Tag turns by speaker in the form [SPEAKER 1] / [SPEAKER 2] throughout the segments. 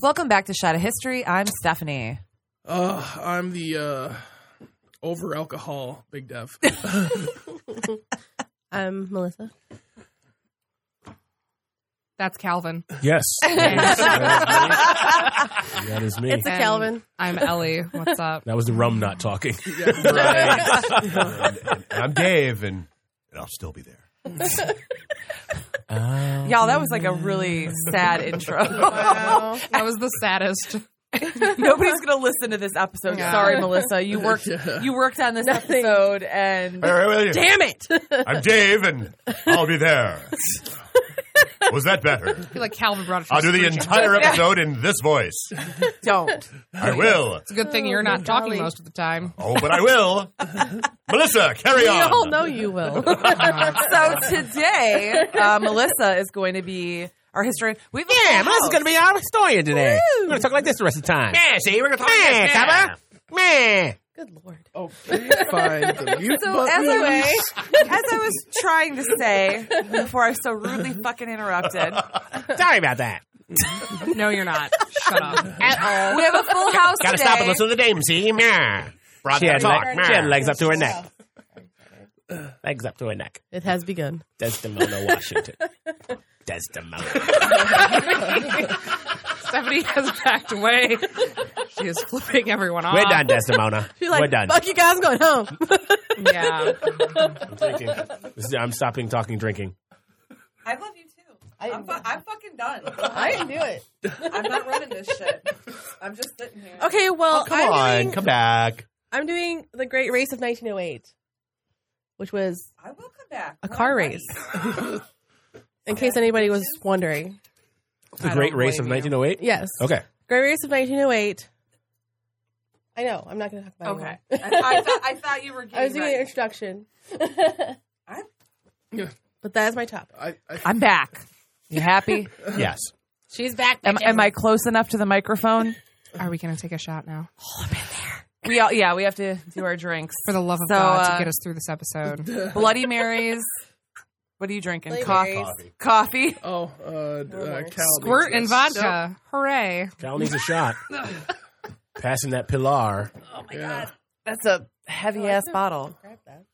[SPEAKER 1] Welcome back to Shot of History. I'm Stephanie.
[SPEAKER 2] Uh, I'm the uh, over alcohol big dev.
[SPEAKER 3] I'm Melissa.
[SPEAKER 4] That's Calvin.
[SPEAKER 5] Yes. that is me.
[SPEAKER 3] It's a
[SPEAKER 4] And
[SPEAKER 3] Calvin.
[SPEAKER 4] I'm Ellie. What's up?
[SPEAKER 5] that was the rum not talking.
[SPEAKER 6] I'm Dave, and, and I'll still be there.
[SPEAKER 1] Y'all, that was like a really sad intro.
[SPEAKER 4] That was the saddest.
[SPEAKER 1] Nobody's gonna listen to this episode.
[SPEAKER 4] Yeah.
[SPEAKER 1] Sorry, Melissa. You worked you worked on this episode and
[SPEAKER 6] Damn
[SPEAKER 1] it!
[SPEAKER 6] I'm Dave, and I'll be there. Was that better?
[SPEAKER 4] I feel like Calvin brought it. to
[SPEAKER 6] I'll do the
[SPEAKER 4] exclusion.
[SPEAKER 6] entire episode in this voice.
[SPEAKER 1] Don't.
[SPEAKER 6] I will.
[SPEAKER 4] It's a good thing you're not talking most of the time.
[SPEAKER 6] Oh, but I will. Melissa, carry
[SPEAKER 3] We all
[SPEAKER 6] on.
[SPEAKER 3] know you will.
[SPEAKER 1] So today, uh, Melissa is going to be our historian. We've yeah,
[SPEAKER 5] Melissa's going to be our historian today. We're going to talk like this the rest of the time. Yeah, see, we're going to talk like this. Man.
[SPEAKER 3] Good lord.
[SPEAKER 2] okay, fine. The mute
[SPEAKER 1] So as
[SPEAKER 2] button.
[SPEAKER 1] I, as I was trying to say before I was so rudely fucking interrupted,
[SPEAKER 5] Sorry about that.
[SPEAKER 4] No, you're not. Shut up.
[SPEAKER 1] we have a full house
[SPEAKER 5] Got to
[SPEAKER 1] today.
[SPEAKER 5] stop and listen to the dame, see? Meh. She had, leg- she had legs up to her neck. Legs up to her neck.
[SPEAKER 3] It has begun.
[SPEAKER 5] Desdemona, Washington. Desdemona.
[SPEAKER 4] Stephanie has backed away. She is flipping everyone off.
[SPEAKER 5] We're done, Desdemona.
[SPEAKER 3] You're like,
[SPEAKER 5] We're done.
[SPEAKER 3] fuck you guys, I'm going home.
[SPEAKER 4] Yeah.
[SPEAKER 5] I'm drinking. This is, I'm stopping talking drinking.
[SPEAKER 1] I love you too. I'm, fu- I'm fucking done.
[SPEAKER 3] I didn't do it.
[SPEAKER 1] I'm not running this shit. I'm just sitting here.
[SPEAKER 3] Okay, well,
[SPEAKER 6] Oh, Come
[SPEAKER 3] I'm,
[SPEAKER 6] on,
[SPEAKER 3] Doing,
[SPEAKER 6] come back.
[SPEAKER 3] I'm doing the Great Race of 1908, which was
[SPEAKER 1] I will come back.
[SPEAKER 3] a car race. In case anybody was wondering.
[SPEAKER 5] The Great Race of 1908?
[SPEAKER 3] Yes.
[SPEAKER 5] Okay.
[SPEAKER 3] Great Race of 1908. I know. I'm not going to talk about it.
[SPEAKER 1] Okay. I,
[SPEAKER 3] anymore.
[SPEAKER 1] I, thought, I thought you were
[SPEAKER 3] I
[SPEAKER 1] getting
[SPEAKER 3] was doing
[SPEAKER 1] ready.
[SPEAKER 3] an introduction.
[SPEAKER 2] Yeah.
[SPEAKER 3] But that is my topic.
[SPEAKER 2] I, I,
[SPEAKER 1] I'm back. You happy?
[SPEAKER 5] Yes.
[SPEAKER 3] She's back.
[SPEAKER 1] am, am I close enough to the microphone?
[SPEAKER 4] Are we going to take a shot now?
[SPEAKER 1] We all, yeah, we have to do our drinks.
[SPEAKER 4] For the love of
[SPEAKER 1] So,
[SPEAKER 4] God,
[SPEAKER 1] uh,
[SPEAKER 4] to get us through this episode.
[SPEAKER 1] Bloody Marys. What are you drinking?
[SPEAKER 3] Bloody
[SPEAKER 1] Coffee.
[SPEAKER 3] Marys.
[SPEAKER 1] Coffee.
[SPEAKER 2] oh, uh, uh, Cal
[SPEAKER 4] Squirt and
[SPEAKER 2] needs this.
[SPEAKER 4] vodka. Hooray.
[SPEAKER 5] Cal needs a shot. Passing that pilar.
[SPEAKER 2] yeah,
[SPEAKER 1] That's a heavy ass bottle.
[SPEAKER 3] Grab that.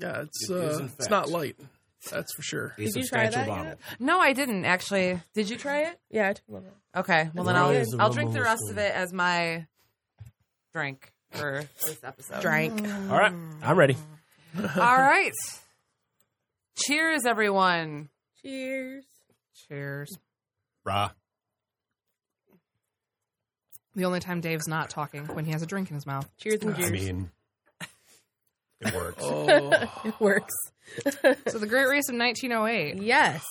[SPEAKER 2] yeah, it's
[SPEAKER 5] It is,
[SPEAKER 2] uh,
[SPEAKER 5] in
[SPEAKER 2] it's not
[SPEAKER 5] fact.
[SPEAKER 2] light. That's for sure.
[SPEAKER 5] A
[SPEAKER 3] Did you try
[SPEAKER 5] substantial
[SPEAKER 3] that
[SPEAKER 5] bottle.
[SPEAKER 3] yet?
[SPEAKER 1] No, I didn't actually. Did you try it?
[SPEAKER 3] Yeah, I took a little bit.
[SPEAKER 1] Okay. Well, then
[SPEAKER 5] Marys
[SPEAKER 1] I'll
[SPEAKER 5] of
[SPEAKER 1] I'll drink the
[SPEAKER 5] Rumble
[SPEAKER 1] rest
[SPEAKER 5] Whiskey.
[SPEAKER 1] of it as my drink for this episode.
[SPEAKER 3] drank.
[SPEAKER 5] All right. I'm
[SPEAKER 3] Oh.
[SPEAKER 5] ready.
[SPEAKER 1] All right. Cheers, everyone.
[SPEAKER 3] Cheers.
[SPEAKER 4] Cheers.
[SPEAKER 6] Brah.
[SPEAKER 4] The only time Dave's not talking when he has a drink in his mouth.
[SPEAKER 3] Cheers and
[SPEAKER 6] I
[SPEAKER 3] cheers.
[SPEAKER 6] mean, it works.
[SPEAKER 2] Oh,
[SPEAKER 3] it works.
[SPEAKER 4] So the Great Race of 1908.
[SPEAKER 3] Yes.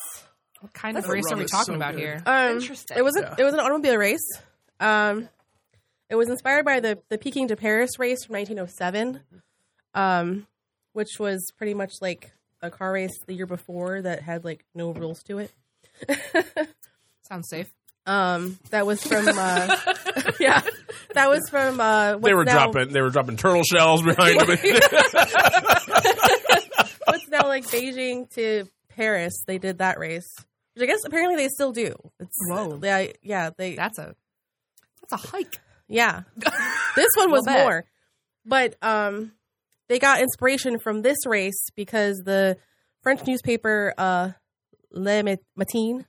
[SPEAKER 4] What kind
[SPEAKER 2] That's
[SPEAKER 4] of race
[SPEAKER 2] wrong.
[SPEAKER 4] are we
[SPEAKER 2] It's
[SPEAKER 4] talking
[SPEAKER 2] so
[SPEAKER 4] about
[SPEAKER 2] good.
[SPEAKER 4] here?
[SPEAKER 3] Um,
[SPEAKER 1] Interesting.
[SPEAKER 3] It was a,
[SPEAKER 2] Yeah.
[SPEAKER 3] it was an automobile race. Um, it was inspired by the the Peking to Paris race from 1907, um, which was pretty much like a car race the year before that had like no rules to it.
[SPEAKER 4] Sounds safe.
[SPEAKER 3] Um, that was from uh, yeah, that was from uh, what's now,
[SPEAKER 5] They were dropping turtle shells behind them.
[SPEAKER 3] what's now like Beijing to Paris. They did that race, which I guess apparently they still do. It's
[SPEAKER 4] Whoa.
[SPEAKER 3] yeah, yeah, they
[SPEAKER 4] That's a that's a hike.
[SPEAKER 3] Yeah. this one was
[SPEAKER 1] Little bit.
[SPEAKER 3] more. But um they got inspiration from this race because the French newspaper uh Le Ma- Matin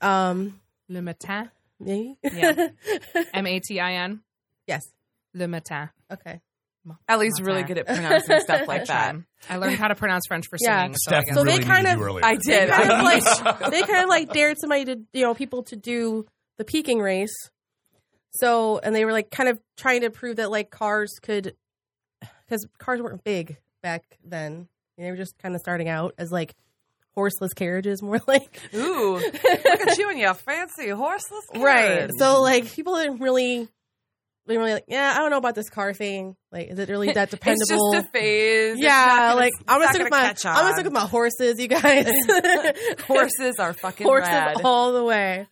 [SPEAKER 3] um
[SPEAKER 4] Le Matin.
[SPEAKER 3] maybe?
[SPEAKER 4] Yeah. M A T I N.
[SPEAKER 3] yes.
[SPEAKER 4] Le Matin.
[SPEAKER 3] Okay.
[SPEAKER 1] Ellie's really good at pronouncing stuff like that.
[SPEAKER 4] I learned how to pronounce French for
[SPEAKER 3] Yeah.
[SPEAKER 4] singing.
[SPEAKER 6] Steph
[SPEAKER 4] So
[SPEAKER 3] So
[SPEAKER 4] I guess.
[SPEAKER 3] they
[SPEAKER 6] really
[SPEAKER 3] kind
[SPEAKER 6] needed
[SPEAKER 3] of-
[SPEAKER 6] you earlier.
[SPEAKER 1] I did.
[SPEAKER 3] Kind of like they kind of like dared somebody to you know people to do the peaking race. So and they were like kind of trying to prove that like cars could because cars weren't big back then. They were just kind of starting out as like horseless carriages, more like
[SPEAKER 1] Ooh, look at you and your fancy horseless
[SPEAKER 3] right.
[SPEAKER 1] carriage.
[SPEAKER 3] So like people didn't really, they were really like, yeah, I don't know about this car thing. Like, is it really that
[SPEAKER 1] It's just
[SPEAKER 3] dependable?
[SPEAKER 1] a phase. It's
[SPEAKER 3] yeah,
[SPEAKER 1] not gonna-
[SPEAKER 3] like
[SPEAKER 1] it's
[SPEAKER 3] I'm
[SPEAKER 1] not
[SPEAKER 3] gonna stick with my
[SPEAKER 1] catch
[SPEAKER 3] I'm gonna
[SPEAKER 1] on.
[SPEAKER 3] stick with my horses, you guys.
[SPEAKER 1] Horses are fucking
[SPEAKER 3] horses
[SPEAKER 1] rad.
[SPEAKER 3] all the way.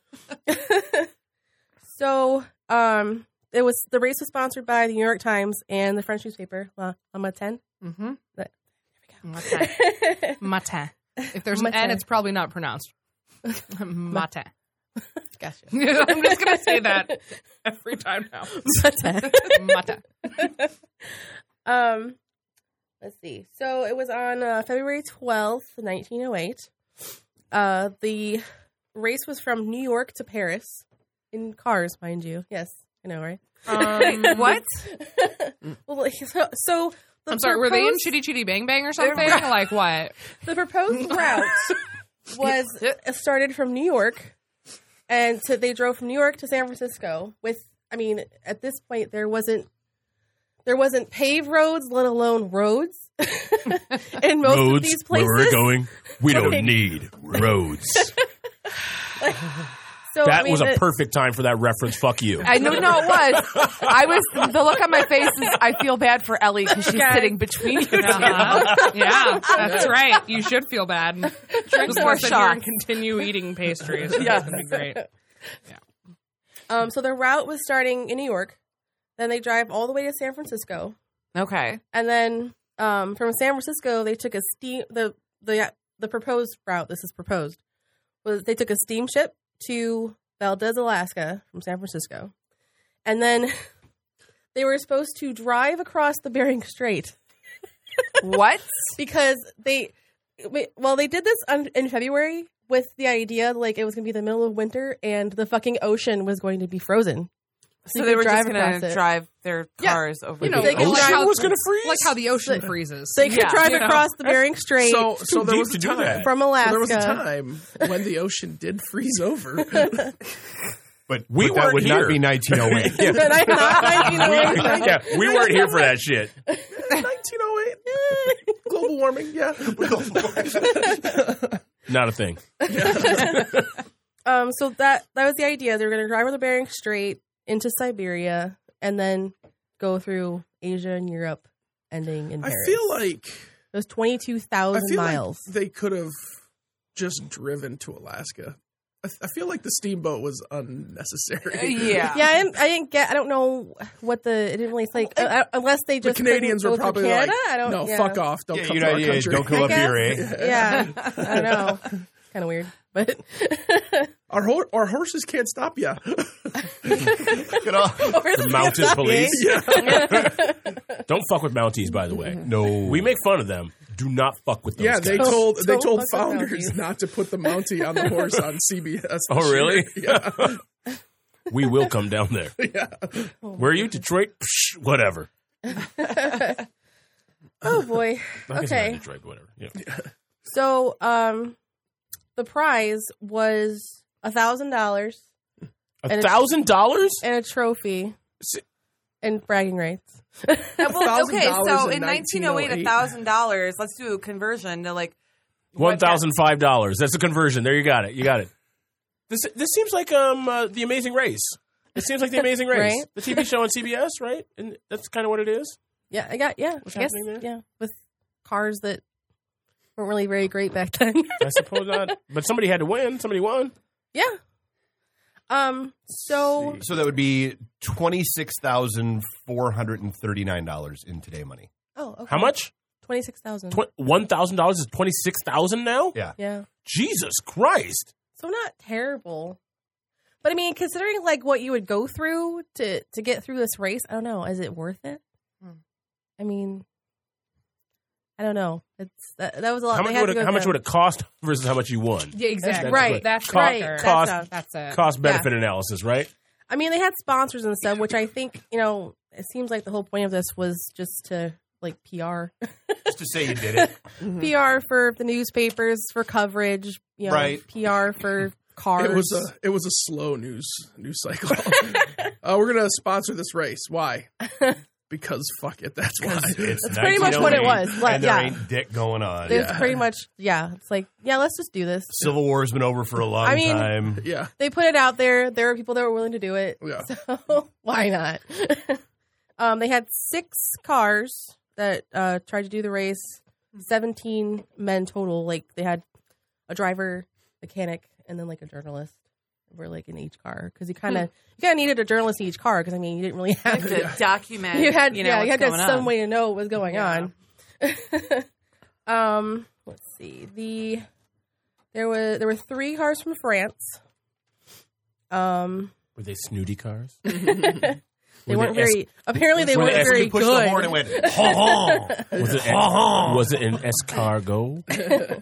[SPEAKER 3] so um, it was the race was sponsored by the New York Times and the French newspaper La, La Matin.
[SPEAKER 4] Mm-hmm.
[SPEAKER 3] But-
[SPEAKER 4] Matin. Matin. If there's an
[SPEAKER 3] Matin.
[SPEAKER 4] N, it's probably not pronounced. Matin.
[SPEAKER 3] gotcha.
[SPEAKER 4] I'm just going to say that every time now.
[SPEAKER 3] Matin.
[SPEAKER 4] Matin.
[SPEAKER 3] Um, let's see. So it was on uh, February twelfth, nineteen oh eight. Uh, the race was from New York to Paris in cars, mind you. Yes, I know, right?
[SPEAKER 4] Um,
[SPEAKER 1] What?
[SPEAKER 3] Well, like, so, so the
[SPEAKER 4] I'm sorry, were they in
[SPEAKER 3] proposed-
[SPEAKER 4] Chitty Chitty Bang Bang or something? Like what?
[SPEAKER 3] The proposed route was started from New York, and to, they drove from New York to San Francisco. With, I mean, at this point, there wasn't there wasn't paved roads, let alone roads. in most of these places,
[SPEAKER 7] going, we
[SPEAKER 3] Okay.
[SPEAKER 7] need roads.
[SPEAKER 3] So, I
[SPEAKER 5] That
[SPEAKER 3] mean,
[SPEAKER 5] was a
[SPEAKER 3] the-
[SPEAKER 5] perfect time for that reference. Fuck you.
[SPEAKER 1] I know, no, it was. I was. The look on my face is. I feel bad for Ellie because she's sitting between you. two.
[SPEAKER 4] Uh-huh. Yeah, that's right. You should feel bad. Drink
[SPEAKER 1] more
[SPEAKER 4] and
[SPEAKER 1] shots.
[SPEAKER 4] continue eating pastries. That's
[SPEAKER 3] Yes.
[SPEAKER 4] gonna be great.
[SPEAKER 3] Um, so the route was starting in New York, then they drive all the way to San Francisco,
[SPEAKER 1] Okay.
[SPEAKER 3] and then um, from San Francisco they took a steam the the the proposed route. This is proposed was they took a steamship to Valdez, Alaska, from San Francisco, and then they were supposed to drive across the Bering Strait
[SPEAKER 1] What?
[SPEAKER 3] because they wait, well they did this on, in February with the idea like it was going to be the middle of winter and the fucking ocean was going to be frozen.
[SPEAKER 1] So
[SPEAKER 3] you
[SPEAKER 1] they
[SPEAKER 3] could
[SPEAKER 1] were just
[SPEAKER 3] drive
[SPEAKER 1] gonna
[SPEAKER 3] across it.
[SPEAKER 1] drive their
[SPEAKER 3] Yeah.
[SPEAKER 1] cars over.
[SPEAKER 4] You know,
[SPEAKER 3] They
[SPEAKER 4] like
[SPEAKER 3] can drive-
[SPEAKER 4] how,
[SPEAKER 3] Ocean
[SPEAKER 5] was gonna freeze.
[SPEAKER 4] Like how the ocean freezes.
[SPEAKER 3] So you could
[SPEAKER 1] Yeah.
[SPEAKER 3] drive
[SPEAKER 4] You know.
[SPEAKER 3] across the Bering Strait
[SPEAKER 2] So, so there
[SPEAKER 5] deep
[SPEAKER 2] was a
[SPEAKER 5] to do
[SPEAKER 2] time.
[SPEAKER 5] that.
[SPEAKER 3] from Alaska.
[SPEAKER 2] There was a time when the ocean did freeze over.
[SPEAKER 6] But
[SPEAKER 5] We
[SPEAKER 6] but that
[SPEAKER 5] weren't
[SPEAKER 6] would
[SPEAKER 5] here.
[SPEAKER 6] not be 1908. yeah.
[SPEAKER 3] But I'm not 1908.
[SPEAKER 5] yeah, we weren't here for that shit.
[SPEAKER 2] 1908. Global warming, yeah.
[SPEAKER 5] Not a thing.
[SPEAKER 3] Um, so that that was the idea. They were going to drive over the Bering Strait into Siberia and then go through Asia and Europe, ending in
[SPEAKER 2] I
[SPEAKER 3] Paris.
[SPEAKER 2] feel like
[SPEAKER 3] it was twenty two
[SPEAKER 2] I
[SPEAKER 3] thousand
[SPEAKER 2] feel
[SPEAKER 3] miles.
[SPEAKER 2] like they could have just driven to Alaska. I, I feel like the steamboat was unnecessary.
[SPEAKER 1] Uh, yeah.
[SPEAKER 3] yeah, I didn't, I didn't get. I don't know what the. It didn't really it's like uh, unless they
[SPEAKER 2] The
[SPEAKER 3] just couldn't
[SPEAKER 2] Canadians
[SPEAKER 3] go
[SPEAKER 2] were
[SPEAKER 3] through
[SPEAKER 2] probably
[SPEAKER 3] Canada.
[SPEAKER 2] like,
[SPEAKER 3] I don't.
[SPEAKER 2] "No,
[SPEAKER 3] yeah.
[SPEAKER 2] fuck off! Don't come
[SPEAKER 5] you
[SPEAKER 2] to
[SPEAKER 5] know,
[SPEAKER 2] our
[SPEAKER 5] yeah,
[SPEAKER 2] country.
[SPEAKER 5] don't come up
[SPEAKER 3] guess.
[SPEAKER 5] here, eh?
[SPEAKER 3] Yeah, I don't know. kind of weird, but
[SPEAKER 2] Our ho- our horses can't stop you."
[SPEAKER 6] Get off.
[SPEAKER 5] The mounted police. Don't fuck with Mounties, by the way.
[SPEAKER 6] No.
[SPEAKER 5] We make fun of them. Do not fuck with those
[SPEAKER 2] yeah, they
[SPEAKER 5] guys.
[SPEAKER 2] told they
[SPEAKER 3] don't
[SPEAKER 2] told
[SPEAKER 3] fuck with
[SPEAKER 2] founders
[SPEAKER 3] Mounties.
[SPEAKER 2] not to put the Mountie on the horse on CBS. this
[SPEAKER 5] Oh, really?
[SPEAKER 2] year. Yeah,
[SPEAKER 5] we will come down there.
[SPEAKER 2] yeah.
[SPEAKER 5] Where are you, Detroit? Psh, whatever.
[SPEAKER 3] oh boy.
[SPEAKER 5] I guess not
[SPEAKER 3] Okay.
[SPEAKER 5] Detroit, whatever. Yeah.
[SPEAKER 3] So, um, the prize was a thousand dollars
[SPEAKER 5] A
[SPEAKER 3] it's-
[SPEAKER 5] thousand dollars?
[SPEAKER 3] and a trophy
[SPEAKER 5] S-
[SPEAKER 3] and bragging rights.
[SPEAKER 1] Uh, Well, okay.
[SPEAKER 2] $1,000
[SPEAKER 1] So
[SPEAKER 2] in
[SPEAKER 1] in 1908, a
[SPEAKER 2] 1908.
[SPEAKER 1] thousand dollars. Let's do a conversion to like
[SPEAKER 5] One
[SPEAKER 1] What-
[SPEAKER 5] thousand five dollars. That's a conversion. There you got it. You got it. This this seems like um uh, the Amazing Race. It seems like the Amazing Race,
[SPEAKER 3] Right?
[SPEAKER 5] the TV show on CBS, right? And that's kind of what it is.
[SPEAKER 3] Yeah, I got yeah. I guess
[SPEAKER 5] happening there?
[SPEAKER 3] yeah with cars that weren't really very great back then.
[SPEAKER 5] I suppose not. But somebody had to win. Somebody won.
[SPEAKER 3] yeah. Um. So
[SPEAKER 6] So that would be twenty six thousand four hundred and thirty nine dollars in today money.
[SPEAKER 3] oh okay.
[SPEAKER 5] How much?
[SPEAKER 3] Twenty six thousand.
[SPEAKER 5] Tw- One thousand dollars is twenty six thousand now.
[SPEAKER 6] Yeah.
[SPEAKER 3] yeah.
[SPEAKER 5] Jesus Christ!
[SPEAKER 3] So not terrible. But I mean, considering like what you would go through to to get through this race, I don't know. Is it worth it? I mean, I don't know. It's that, that was a lot.
[SPEAKER 5] How
[SPEAKER 3] they
[SPEAKER 5] much
[SPEAKER 3] had
[SPEAKER 5] would
[SPEAKER 3] to
[SPEAKER 5] it,
[SPEAKER 3] go
[SPEAKER 5] how much
[SPEAKER 3] down.
[SPEAKER 5] would it cost versus how much you won?
[SPEAKER 4] Yeah, exactly.
[SPEAKER 5] That's
[SPEAKER 3] Right.
[SPEAKER 5] what-
[SPEAKER 4] That's
[SPEAKER 5] Co-
[SPEAKER 3] right.
[SPEAKER 4] shocker.
[SPEAKER 5] cost-
[SPEAKER 4] That's it.
[SPEAKER 5] Cost benefit analysis, right?
[SPEAKER 3] I mean, they had sponsors and stuff, which I think you know. It seems like the whole point of this was just to like PR,
[SPEAKER 6] Just to say you did it.
[SPEAKER 3] PR for the newspapers for coverage, you know,
[SPEAKER 6] Right.
[SPEAKER 3] PR for cars.
[SPEAKER 2] It was a it was a slow news news cycle. uh, we're gonna sponsor this race. Why? because fuck it. That's why.
[SPEAKER 6] It's
[SPEAKER 3] That's pretty much what it
[SPEAKER 6] 1908,
[SPEAKER 3] was, like,
[SPEAKER 6] and there
[SPEAKER 3] yeah.
[SPEAKER 6] ain't dick going on.
[SPEAKER 3] There's pretty much yeah. It's like yeah, let's just do this.
[SPEAKER 6] Civil War's been over for a long
[SPEAKER 3] I mean-
[SPEAKER 6] time.
[SPEAKER 2] yeah,
[SPEAKER 3] They put it out there. There were people that were willing to do it.
[SPEAKER 2] yeah.
[SPEAKER 3] So why not? um, they had six cars that uh, tried to do the race. Seventeen men total. Like they had a driver, mechanic, and then like a journalist. Were like in each car because you kind of you kind of needed a journalist in each car because I mean you didn't really
[SPEAKER 1] You
[SPEAKER 3] have
[SPEAKER 1] have to document.
[SPEAKER 3] you had
[SPEAKER 1] you know,
[SPEAKER 3] yeah, you
[SPEAKER 1] what's
[SPEAKER 3] had to
[SPEAKER 1] going
[SPEAKER 3] have some
[SPEAKER 1] on.
[SPEAKER 3] way to know what was going
[SPEAKER 1] Yeah.
[SPEAKER 3] on. um, let's see. The there was there were three cars from France. Um,
[SPEAKER 5] Were they snooty cars?
[SPEAKER 3] they
[SPEAKER 5] Were
[SPEAKER 3] weren't
[SPEAKER 5] they
[SPEAKER 3] very. apparently, they
[SPEAKER 6] When
[SPEAKER 3] weren't
[SPEAKER 6] the- when
[SPEAKER 3] very
[SPEAKER 6] you pushed the horn, it
[SPEAKER 3] good.
[SPEAKER 6] went "Ho, ho."
[SPEAKER 5] Was it,
[SPEAKER 6] Oh.
[SPEAKER 5] was it an escargot?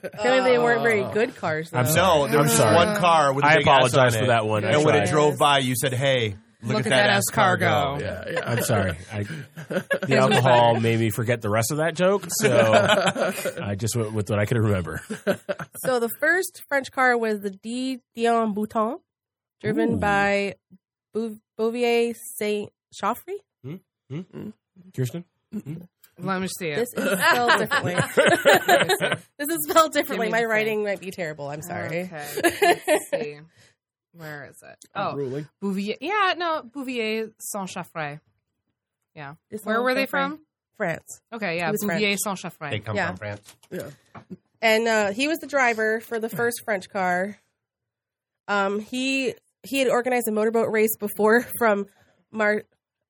[SPEAKER 3] Apparently, they weren't
[SPEAKER 6] "Oh."
[SPEAKER 3] very good cars. Though.
[SPEAKER 5] I'm sorry.
[SPEAKER 6] No, there was just
[SPEAKER 5] sorry.
[SPEAKER 6] one car with. a
[SPEAKER 5] I
[SPEAKER 6] big ass on
[SPEAKER 5] apologize
[SPEAKER 6] it.
[SPEAKER 5] for that one. I
[SPEAKER 6] And when it
[SPEAKER 5] tried.
[SPEAKER 6] drove by, you said, "Hey, look, at, that, ass cargo."
[SPEAKER 2] Yeah, yeah.
[SPEAKER 5] I'm sorry. I, the alcohol made me forget the rest of that joke, so I just went with what I could remember.
[SPEAKER 3] So the first French car was the D Dion Bouton, driven
[SPEAKER 5] Ooh.
[SPEAKER 3] by Bou- Bouvier Saint Chaffrey.
[SPEAKER 5] Kirsten?
[SPEAKER 4] Let me see it.
[SPEAKER 3] This is spelled differently. this is spelled differently.
[SPEAKER 4] a
[SPEAKER 3] My
[SPEAKER 4] sec.
[SPEAKER 3] writing might be terrible. I'm sorry.
[SPEAKER 4] Okay. Let's see. Where is it? Oh,
[SPEAKER 2] Ruling.
[SPEAKER 4] Bouvier. Yeah, no, Bouvier Saint Chaffray.
[SPEAKER 3] This
[SPEAKER 4] Where
[SPEAKER 3] one
[SPEAKER 4] were they
[SPEAKER 3] French-
[SPEAKER 4] from?
[SPEAKER 3] France.
[SPEAKER 4] Okay, yeah,
[SPEAKER 3] He was
[SPEAKER 4] Bouvier Saint Chaffray.
[SPEAKER 6] They come
[SPEAKER 3] Yeah.
[SPEAKER 6] from France.
[SPEAKER 3] And uh, he was the driver for the first French car. Um, he he had organized a motorboat race before from Mar.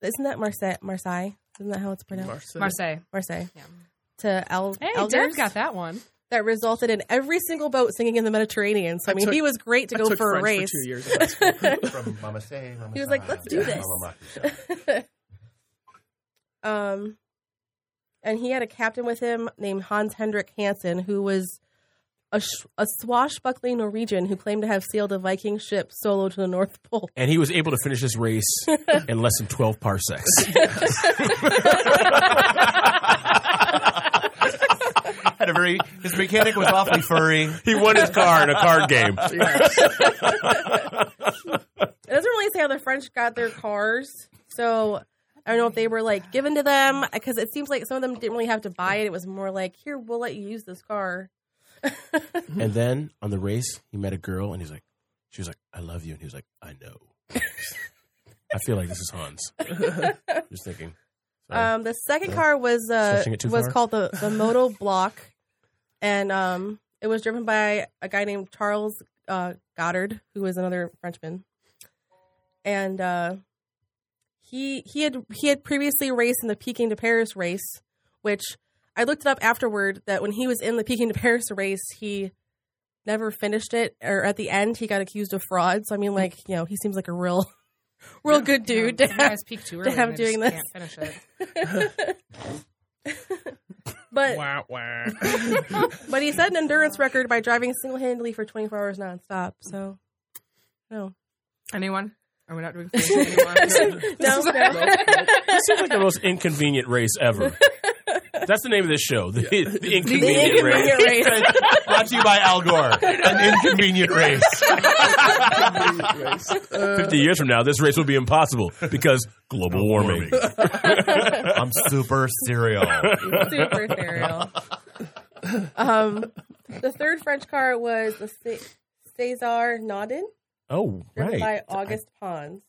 [SPEAKER 3] Isn't that Marseille? Marseille? Isn't that how it's pronounced?
[SPEAKER 2] Marseille.
[SPEAKER 4] Marseille.
[SPEAKER 3] Marseille.
[SPEAKER 4] Yeah.
[SPEAKER 3] To El-
[SPEAKER 4] Hey,
[SPEAKER 3] elders
[SPEAKER 4] Dad got that one.
[SPEAKER 3] that resulted in every single boat singing in the Mediterranean. So I,
[SPEAKER 2] I
[SPEAKER 3] mean,
[SPEAKER 2] took-
[SPEAKER 3] he was great to
[SPEAKER 2] I
[SPEAKER 3] go
[SPEAKER 2] took
[SPEAKER 3] for a
[SPEAKER 2] French
[SPEAKER 3] race.
[SPEAKER 2] for two years. in high school.
[SPEAKER 6] From Mama Say, Mama
[SPEAKER 3] He was like,
[SPEAKER 6] Say,
[SPEAKER 3] "Let's do
[SPEAKER 6] Mama
[SPEAKER 3] this."
[SPEAKER 6] Mama."
[SPEAKER 3] um, and he had a captain with him named Hans Hendrik Hansen, who was a, sh- a swashbuckling Norwegian who claimed to have sailed a Viking ship solo to the North Pole.
[SPEAKER 5] And he was able to finish his race in less than 12 parsecs.
[SPEAKER 6] Had a very. His mechanic was awfully furry.
[SPEAKER 5] he won his car in a card game.
[SPEAKER 2] Yeah.
[SPEAKER 3] It doesn't really say how the French got their cars, so I don't know if they were like given to them because it seems like some of them didn't really have to buy it. It was more like, here, we'll let you use this car.
[SPEAKER 5] And
[SPEAKER 3] Hmm.
[SPEAKER 5] then on the race, he met a girl and he's like, she was like, I love you. And he was like, I know. I feel like this is Hans. Just thinking. Sorry.
[SPEAKER 3] Um, the second car was uh,
[SPEAKER 5] Oh. Stretching it too
[SPEAKER 3] was
[SPEAKER 5] far?
[SPEAKER 3] called the the Modal Block, and um, it was driven by a guy named Charles uh, Goddard, who was another Frenchman, and uh, he he had he had previously raced in the Peking to Paris race, which I looked it up afterward that when he was in the Peking to Paris race, he never finished it, or at the end he got accused of fraud. So I
[SPEAKER 5] Hmm.
[SPEAKER 3] mean, like you know, he seems like a real, real good dude.
[SPEAKER 4] You guys peaked too early.
[SPEAKER 3] have
[SPEAKER 4] and I
[SPEAKER 3] doing
[SPEAKER 4] just
[SPEAKER 3] this.
[SPEAKER 4] Can't finish it.
[SPEAKER 3] but
[SPEAKER 2] Wah, wah.
[SPEAKER 3] But he set an endurance record by driving single handedly for 24 hours nonstop. So, no.
[SPEAKER 4] Anyone? Are we not doing finish anyone?
[SPEAKER 3] No, no.
[SPEAKER 5] This seems like the most inconvenient race ever. That's the name of this show. The, the inconvenient
[SPEAKER 3] The
[SPEAKER 5] race.
[SPEAKER 3] inconvenient race.
[SPEAKER 6] Brought to you by Al Gore. An inconvenient race.
[SPEAKER 2] Race. Uh,
[SPEAKER 5] 50 years from now, this race will be impossible because global warming.
[SPEAKER 6] I'm super cereal.
[SPEAKER 3] Super serial. Um, the third French car was the C- Cesar Naudin,
[SPEAKER 5] Oh,
[SPEAKER 3] driven
[SPEAKER 5] right.
[SPEAKER 3] by August Pons.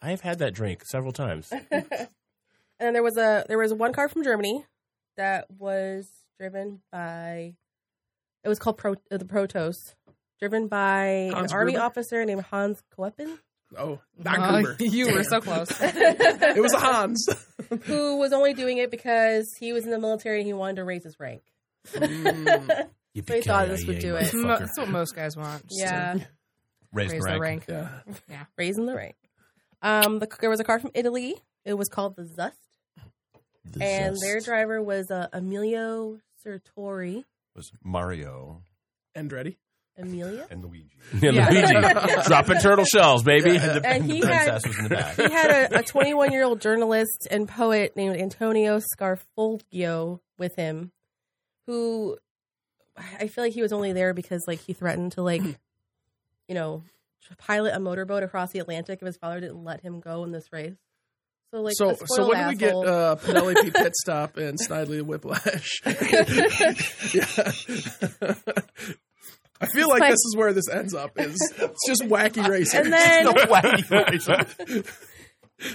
[SPEAKER 5] I have had that drink several times.
[SPEAKER 3] And then there was a there was one car from Germany that was driven by it was called Pro, uh, the Protos, driven by an
[SPEAKER 2] Hans
[SPEAKER 3] army
[SPEAKER 2] Gruber?
[SPEAKER 3] officer named Hans Koeppen.
[SPEAKER 2] oh,
[SPEAKER 4] Oh,
[SPEAKER 2] not Gruber.
[SPEAKER 4] you were so close.
[SPEAKER 2] It was a Hans.
[SPEAKER 3] who was only doing it because he was in the military and he wanted to raise his rank.
[SPEAKER 2] Mm,
[SPEAKER 3] They thought this would do it.
[SPEAKER 4] Mo- That's what most guys want. just to
[SPEAKER 3] Yeah,
[SPEAKER 6] Raise
[SPEAKER 4] Raise the rank.
[SPEAKER 2] Yeah.
[SPEAKER 3] raising the rank. Um, the, there was a car from Italy. It was called the Zust, and their driver was uh, Emilio Sertori.
[SPEAKER 6] was Mario
[SPEAKER 2] And ready.
[SPEAKER 3] Amelia,
[SPEAKER 6] and Luigi.
[SPEAKER 4] Yeah.
[SPEAKER 5] Luigi dropping turtle shells, baby.
[SPEAKER 2] uh,
[SPEAKER 6] the,
[SPEAKER 3] And he
[SPEAKER 6] the
[SPEAKER 3] had-
[SPEAKER 6] princess was in the back.
[SPEAKER 3] he had a- a 21 year old journalist and poet named Antonio Scarfolgio with him, who I feel like he was only there because like he threatened to like, you know, pilot a motorboat across the Atlantic if his father didn't let him go in this race. So like,
[SPEAKER 2] so
[SPEAKER 3] a
[SPEAKER 2] so
[SPEAKER 3] spoiled
[SPEAKER 2] when did we get
[SPEAKER 3] asshole-
[SPEAKER 2] uh, Penelope Pitstop and Snidely Whiplash? yeah. I feel like,
[SPEAKER 3] like-
[SPEAKER 2] this is where this ends up. Is it's just wacky racing.
[SPEAKER 3] and then
[SPEAKER 6] Wacky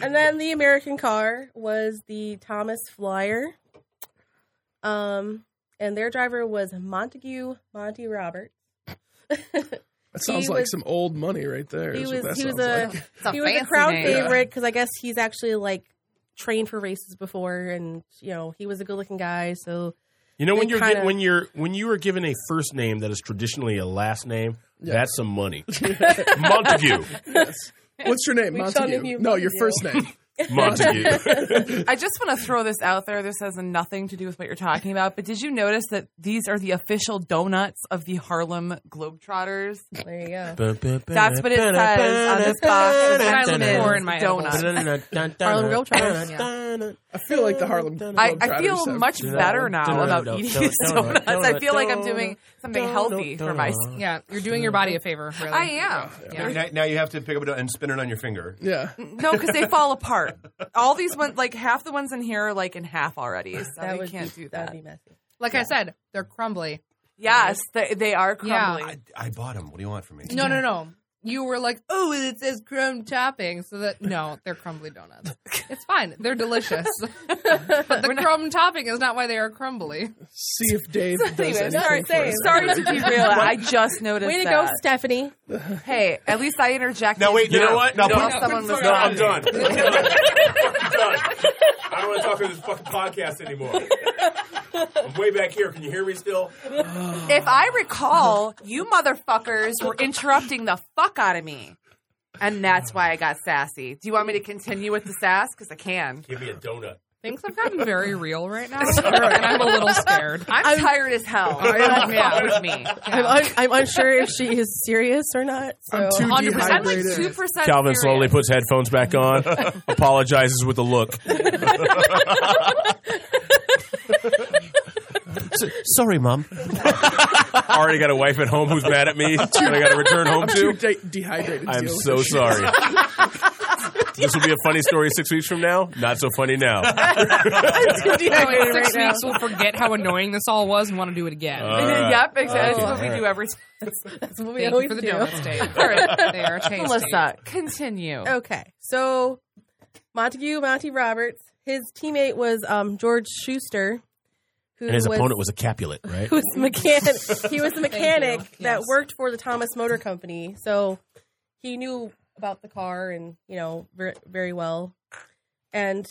[SPEAKER 3] and then the American car was the Thomas Flyer. Um, and their driver was Montague Monty Roberts.
[SPEAKER 2] that sounds
[SPEAKER 3] he
[SPEAKER 2] like
[SPEAKER 3] was-
[SPEAKER 2] some old money right there.
[SPEAKER 3] He
[SPEAKER 2] is what
[SPEAKER 3] was
[SPEAKER 2] that
[SPEAKER 3] he was
[SPEAKER 2] sounds
[SPEAKER 3] a
[SPEAKER 2] like.
[SPEAKER 4] It's a
[SPEAKER 3] he was a
[SPEAKER 4] fancy
[SPEAKER 3] crowd
[SPEAKER 4] name.
[SPEAKER 3] favorite because I guess he's actually like trained for races before, and you know he was a good-looking guy. So
[SPEAKER 5] You know when
[SPEAKER 3] They
[SPEAKER 5] you're
[SPEAKER 3] kinda-
[SPEAKER 5] get, when you're when you are given a first name that is traditionally a last name,
[SPEAKER 2] Yeah.
[SPEAKER 5] that's some money.
[SPEAKER 6] Montague.
[SPEAKER 2] What's your name?
[SPEAKER 3] We shall name
[SPEAKER 2] Montague.
[SPEAKER 3] you
[SPEAKER 2] No, your
[SPEAKER 3] Montague.
[SPEAKER 2] first name.
[SPEAKER 6] Montague.
[SPEAKER 1] I just want to throw this out there. This has nothing to do with what you're talking about, but did you notice that these are the official donuts of the Harlem Globetrotters?
[SPEAKER 3] there you go.
[SPEAKER 5] That's
[SPEAKER 1] That's what it says on this box. It's
[SPEAKER 4] I look
[SPEAKER 1] actually
[SPEAKER 4] for in my
[SPEAKER 1] donuts.
[SPEAKER 3] Harlem Globetrotters,
[SPEAKER 2] I feel like the Harlem.
[SPEAKER 1] I, I
[SPEAKER 2] Globetrotters
[SPEAKER 1] feel
[SPEAKER 2] have-
[SPEAKER 1] much
[SPEAKER 5] Donut,
[SPEAKER 1] better now
[SPEAKER 5] donut,
[SPEAKER 1] about
[SPEAKER 5] donut,
[SPEAKER 1] eating
[SPEAKER 5] donut,
[SPEAKER 1] these
[SPEAKER 5] donut,
[SPEAKER 1] donuts. I
[SPEAKER 5] donut,
[SPEAKER 1] feel like I'm
[SPEAKER 5] donut,
[SPEAKER 1] doing something
[SPEAKER 5] donut,
[SPEAKER 1] healthy for
[SPEAKER 5] donut.
[SPEAKER 1] myself.
[SPEAKER 4] Yeah, you're doing your body a favor. Really.
[SPEAKER 1] I am.
[SPEAKER 4] Yeah.
[SPEAKER 6] now, now you have to pick up a donut and spin it on your finger.
[SPEAKER 2] Yeah.
[SPEAKER 1] No, because they fall apart. All these ones, like half the ones in here, are like in half already. So
[SPEAKER 3] That
[SPEAKER 1] we
[SPEAKER 3] would
[SPEAKER 1] can't
[SPEAKER 3] be,
[SPEAKER 1] do
[SPEAKER 3] That'd
[SPEAKER 1] that.
[SPEAKER 3] be messy.
[SPEAKER 4] Like I said, they're crumbly.
[SPEAKER 1] Yes, they, they are
[SPEAKER 4] Yeah.
[SPEAKER 1] crumbly.
[SPEAKER 6] I, I bought them. What do you want from me?
[SPEAKER 4] No, no, no. You were like, oh, it says crumb topping, so that no, they're crumbly donuts. It's fine. They're delicious, but the crumb topping is not why they are crumbly.
[SPEAKER 2] See if Dave does
[SPEAKER 1] Anyway,
[SPEAKER 2] anything
[SPEAKER 1] sorry,
[SPEAKER 2] for us.
[SPEAKER 1] sorry to be real. I just noticed.
[SPEAKER 3] Way to
[SPEAKER 1] that.
[SPEAKER 3] go, Stephanie!
[SPEAKER 1] Hey, at least I interjected.
[SPEAKER 6] Now wait, you know what? Now
[SPEAKER 1] Now
[SPEAKER 6] put-
[SPEAKER 1] someone was
[SPEAKER 6] No, I'm
[SPEAKER 1] wrong.
[SPEAKER 6] done. I'm done. I don't want to talk on this fucking podcast anymore. I'm way back here. Can you hear me still?
[SPEAKER 1] If I recall, you motherfuckers were interrupting the fuck out of me. And that's why I got sassy. Do you want me to continue with the sass? Because I can.
[SPEAKER 6] Give me a donut.
[SPEAKER 4] Things have gotten very real right now, and I'm a little scared.
[SPEAKER 1] I'm, tired as hell. Don't fuck with me.
[SPEAKER 3] I'm un- I'm unsure if she is serious or not. So
[SPEAKER 2] I'm too
[SPEAKER 4] 100%.
[SPEAKER 1] I'm like
[SPEAKER 2] dehydrated.
[SPEAKER 1] two percent.
[SPEAKER 5] Calvin slowly puts headphones back on, apologizes with a look.
[SPEAKER 6] Sorry, mom.
[SPEAKER 5] Already got a wife at home who's mad at me that I got to return home
[SPEAKER 2] I'm too
[SPEAKER 5] to.
[SPEAKER 2] de- dehydrated. to
[SPEAKER 5] I'm
[SPEAKER 2] deal with
[SPEAKER 5] so
[SPEAKER 2] this shit.
[SPEAKER 5] sorry. This will be a funny story six weeks from now. Not so funny now.
[SPEAKER 4] Oh, in six weeks, we'll forget how annoying this all was and want to do it again.
[SPEAKER 5] Uh,
[SPEAKER 1] Yep, exactly. That's what we do every time.
[SPEAKER 3] that's what we
[SPEAKER 4] Thank
[SPEAKER 3] always
[SPEAKER 4] you for the
[SPEAKER 3] do.
[SPEAKER 4] donuts, Dave.
[SPEAKER 1] All right.
[SPEAKER 4] They are tasty.
[SPEAKER 1] Melissa, continue.
[SPEAKER 3] Okay, so Montague Monty Roberts, his teammate was um, George Schuster, who
[SPEAKER 5] And his
[SPEAKER 3] was,
[SPEAKER 5] opponent was a Capulet, right?
[SPEAKER 3] who was the mechanic. he was the mechanic
[SPEAKER 4] you.
[SPEAKER 3] that
[SPEAKER 4] Yes.
[SPEAKER 3] worked for the Thomas Motor Company, so he knew about the car and you know ver- very well. And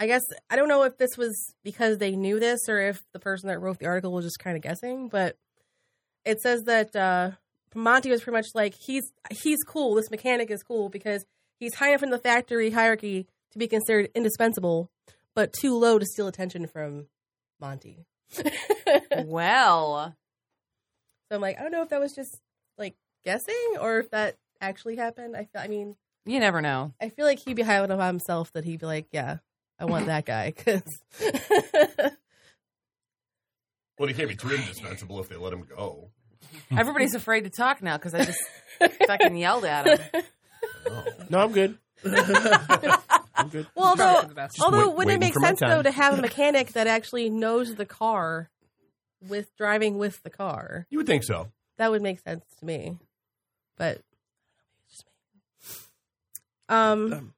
[SPEAKER 3] I guess I don't know if this was because they knew this or if the person that wrote the article was just kind of guessing, but it says that uh, Monty was pretty much like he's he's cool. This mechanic is cool because he's high enough in the factory hierarchy to be considered indispensable, but too low to steal attention from Monty. so
[SPEAKER 1] Well,
[SPEAKER 3] I'm like, I don't know if that was just like guessing or if that actually happened. I feel, I mean,
[SPEAKER 1] you never know.
[SPEAKER 3] I feel like he'd be high enough on himself that he'd be like, yeah, I want that guy because
[SPEAKER 6] Well, he can't be too indispensable if they let him go.
[SPEAKER 1] Everybody's afraid to talk now because I just fucking yelled at him.
[SPEAKER 5] No, I'm good.
[SPEAKER 3] well,
[SPEAKER 4] Probably
[SPEAKER 3] although
[SPEAKER 4] for the best.
[SPEAKER 3] Although,
[SPEAKER 5] wait-
[SPEAKER 3] wouldn't it
[SPEAKER 5] waiting
[SPEAKER 3] make
[SPEAKER 5] for my
[SPEAKER 3] sense
[SPEAKER 5] time.
[SPEAKER 3] though to have a mechanic that actually knows the car with driving with the car?
[SPEAKER 6] You would think so.
[SPEAKER 3] That would make sense to me. But um,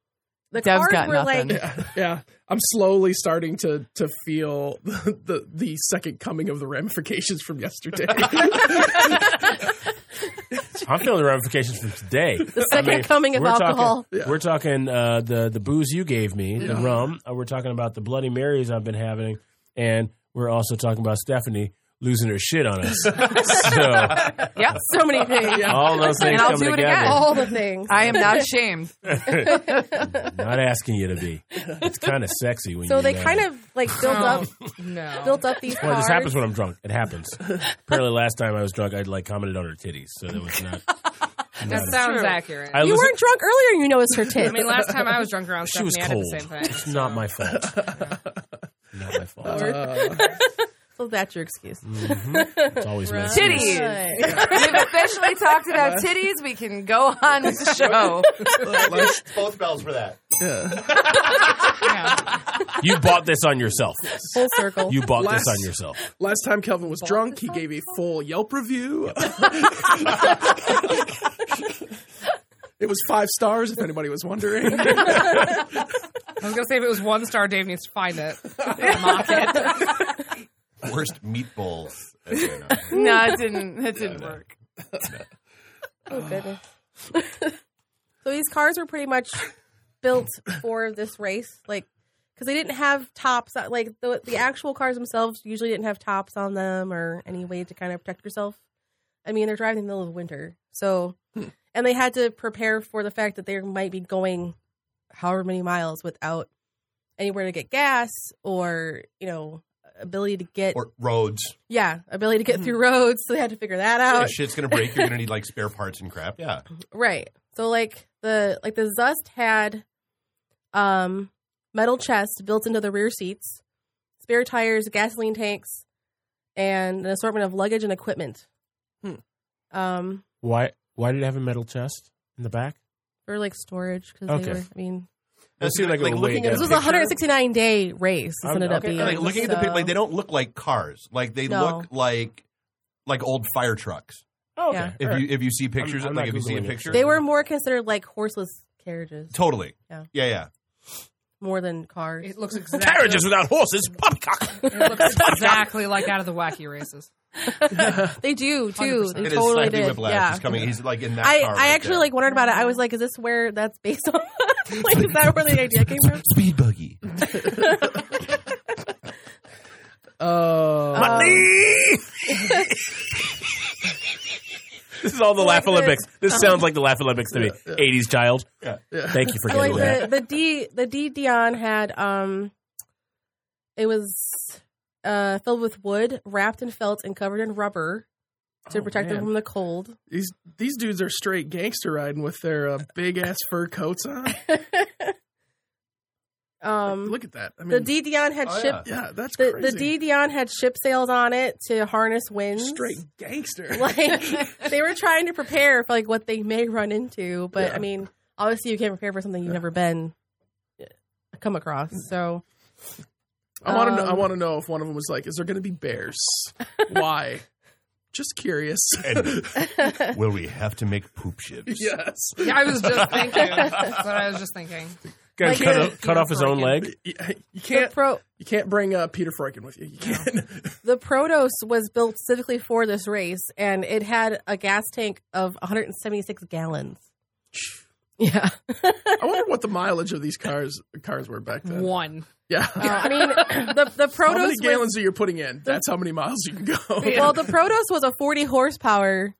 [SPEAKER 3] the
[SPEAKER 1] Dev's
[SPEAKER 3] cars
[SPEAKER 1] got
[SPEAKER 3] were
[SPEAKER 1] nothing.
[SPEAKER 3] like
[SPEAKER 2] Yeah, yeah. I'm slowly starting to to feel the the, the second coming of the ramifications from yesterday.
[SPEAKER 5] I'm feeling the ramifications from today.
[SPEAKER 3] the second coming of
[SPEAKER 5] we're talking-
[SPEAKER 3] alcohol.
[SPEAKER 2] Yeah.
[SPEAKER 5] We're talking uh, the the booze you gave me, the
[SPEAKER 2] Yeah.
[SPEAKER 5] rum. Uh, we're talking about the Bloody Marys I've been having, and we're also talking about Stephanie losing her shit on us. so
[SPEAKER 1] Yep.
[SPEAKER 3] So many things.
[SPEAKER 5] all those things
[SPEAKER 1] And I'll
[SPEAKER 5] come
[SPEAKER 1] do it
[SPEAKER 5] together.
[SPEAKER 1] again.
[SPEAKER 3] All the things.
[SPEAKER 1] I am not ashamed.
[SPEAKER 5] Not asking you to be. It's kind of sexy when
[SPEAKER 3] so
[SPEAKER 5] you.
[SPEAKER 3] they kind of like built up
[SPEAKER 4] No.
[SPEAKER 3] built up these
[SPEAKER 5] Well,
[SPEAKER 3] cars.
[SPEAKER 5] this happens when I'm drunk. It happens. Apparently, last time I was drunk, I'd like commented on her titties, so that was not.
[SPEAKER 4] that sounds accurate.
[SPEAKER 5] I
[SPEAKER 4] I,
[SPEAKER 3] you
[SPEAKER 5] listen-
[SPEAKER 3] weren't drunk earlier and you noticed her tits.
[SPEAKER 4] mean, last time I was drunk around
[SPEAKER 5] She was
[SPEAKER 4] Stephanie,
[SPEAKER 5] cold.
[SPEAKER 4] I did the same thing.
[SPEAKER 5] It's not my fault. Not my fault.
[SPEAKER 3] Lord.
[SPEAKER 2] Uh,
[SPEAKER 3] So So that's your excuse.
[SPEAKER 5] It's always my
[SPEAKER 1] Titty.
[SPEAKER 5] excuse.
[SPEAKER 1] We've officially talked about titties. We can go on with the show.
[SPEAKER 2] Like,
[SPEAKER 8] Both bells for that.
[SPEAKER 2] yeah.
[SPEAKER 4] Yeah.
[SPEAKER 5] You bought this on yourself.
[SPEAKER 3] Full circle.
[SPEAKER 5] You bought
[SPEAKER 2] Last-
[SPEAKER 5] this on yourself.
[SPEAKER 2] Last time Kelvin was drunk, he gave a full Yelp review. it was five stars, if anybody was wondering.
[SPEAKER 4] I was gonna say if it was one star, Dave needs to find it. Mock it.
[SPEAKER 8] Worst meatballs. ever.
[SPEAKER 1] no, it didn't. It didn't work.
[SPEAKER 3] Oh, goodness. so these cars were pretty much built for this race, like because they didn't have tops. uh, Like the the actual cars themselves usually didn't have tops on them or any way to kind of protect yourself. I mean, they're driving in the middle of winter, so and they had to prepare for the fact that they might be going however many miles without anywhere to get gas or you know ability to get
[SPEAKER 8] or roads.
[SPEAKER 3] yeah ability to get through roads. So they had to figure that out.
[SPEAKER 8] If shit's gonna break, you're gonna need like spare parts and crap. Yeah.
[SPEAKER 3] Right. So like the like the Zust had um metal chests built into the rear seats, spare tires, gasoline tanks, and an assortment of luggage and equipment.
[SPEAKER 2] Hmm.
[SPEAKER 3] Um
[SPEAKER 5] Why? Why did it have a metal chest in the back?
[SPEAKER 3] for like storage because
[SPEAKER 5] Okay.
[SPEAKER 3] they were I mean
[SPEAKER 5] That seemed like,
[SPEAKER 8] Like,
[SPEAKER 5] a
[SPEAKER 8] like,
[SPEAKER 5] way
[SPEAKER 8] looking at
[SPEAKER 5] down.
[SPEAKER 3] this was a 169 day race this
[SPEAKER 5] I'm-
[SPEAKER 3] ended up
[SPEAKER 5] okay.
[SPEAKER 3] being.
[SPEAKER 8] Like looking at the picture, like they don't look like cars. Like they
[SPEAKER 3] No.
[SPEAKER 8] look like like old fire trucks.
[SPEAKER 5] Oh, okay.
[SPEAKER 3] Yeah.
[SPEAKER 8] If
[SPEAKER 5] All right.
[SPEAKER 8] you if you see pictures,
[SPEAKER 5] I'm
[SPEAKER 8] like
[SPEAKER 5] not
[SPEAKER 8] if you see a
[SPEAKER 5] Googling it.
[SPEAKER 8] picture,
[SPEAKER 3] they were more considered like horseless carriages
[SPEAKER 8] totally.
[SPEAKER 3] Yeah.
[SPEAKER 8] yeah, yeah.
[SPEAKER 3] more than cars.
[SPEAKER 4] It looks exactly
[SPEAKER 5] carriages without horses. Popcock.
[SPEAKER 4] It looks exactly like out of the wacky races.
[SPEAKER 3] they do too.
[SPEAKER 4] 100%.
[SPEAKER 3] They
[SPEAKER 8] It is
[SPEAKER 3] totally
[SPEAKER 8] slightly
[SPEAKER 3] did.
[SPEAKER 8] whiplash.
[SPEAKER 3] Yeah.
[SPEAKER 8] He's coming. He's like in that.
[SPEAKER 3] I,
[SPEAKER 8] car
[SPEAKER 3] I
[SPEAKER 8] right
[SPEAKER 3] actually
[SPEAKER 8] there.
[SPEAKER 3] like wondered about it. I was like, is this where that's based on? like, is that where the idea came from?
[SPEAKER 8] speed buggy.
[SPEAKER 2] Oh,
[SPEAKER 3] Um,
[SPEAKER 5] This is all the
[SPEAKER 3] Like
[SPEAKER 5] Laugh
[SPEAKER 3] the-
[SPEAKER 5] Olympics. This sounds like the Laugh Olympics to me.
[SPEAKER 2] Yeah,
[SPEAKER 5] 80s child.
[SPEAKER 8] Yeah.
[SPEAKER 2] Yeah.
[SPEAKER 5] Thank you for
[SPEAKER 3] So,
[SPEAKER 5] getting
[SPEAKER 3] like
[SPEAKER 5] that.
[SPEAKER 3] the the D the D Dion had um, it was uh filled with wood, wrapped in felt, and covered in rubber to
[SPEAKER 2] Oh,
[SPEAKER 3] protect
[SPEAKER 2] man.
[SPEAKER 3] them from the cold.
[SPEAKER 2] these these dudes are straight gangster riding with their uh, big ass fur coats on.
[SPEAKER 3] Um,
[SPEAKER 2] Look at that. I
[SPEAKER 3] the
[SPEAKER 2] mean,
[SPEAKER 3] D Dion had
[SPEAKER 8] Oh,
[SPEAKER 3] ship
[SPEAKER 8] yeah.
[SPEAKER 2] yeah, that's
[SPEAKER 3] the the
[SPEAKER 2] crazy.
[SPEAKER 3] D Dion had ship sails on it to harness winds.
[SPEAKER 2] straight gangster.
[SPEAKER 3] like they were trying to prepare for like what they may run into but
[SPEAKER 2] Yeah.
[SPEAKER 3] i mean obviously you can't prepare for something you've never been uh, come across so
[SPEAKER 2] I want to know. I
[SPEAKER 3] Um,
[SPEAKER 2] want to know if one of them was like, "Is there going to be bears? Why?" Just curious.
[SPEAKER 8] And will we have to make poop ships?
[SPEAKER 2] yes.
[SPEAKER 4] Yeah, I was just thinking. That's what I was just thinking.
[SPEAKER 5] Guy
[SPEAKER 3] like
[SPEAKER 5] cut,
[SPEAKER 3] the-
[SPEAKER 5] o- cut off his own leg.
[SPEAKER 2] You, you
[SPEAKER 3] the
[SPEAKER 2] can't.
[SPEAKER 3] pro
[SPEAKER 2] You can't bring uh, Peter Freuchen with you. You can't.
[SPEAKER 3] the protos was built specifically for this race and it had a gas tank of 176 gallons yeah
[SPEAKER 2] I wonder what the mileage of these cars cars were back then.
[SPEAKER 4] One.
[SPEAKER 2] Yeah.
[SPEAKER 3] Uh, i mean the, the
[SPEAKER 2] How
[SPEAKER 3] protos
[SPEAKER 2] many
[SPEAKER 3] was-
[SPEAKER 2] gallons that you're putting in? That's how many miles you can go.
[SPEAKER 3] well the protos was a 40 horsepower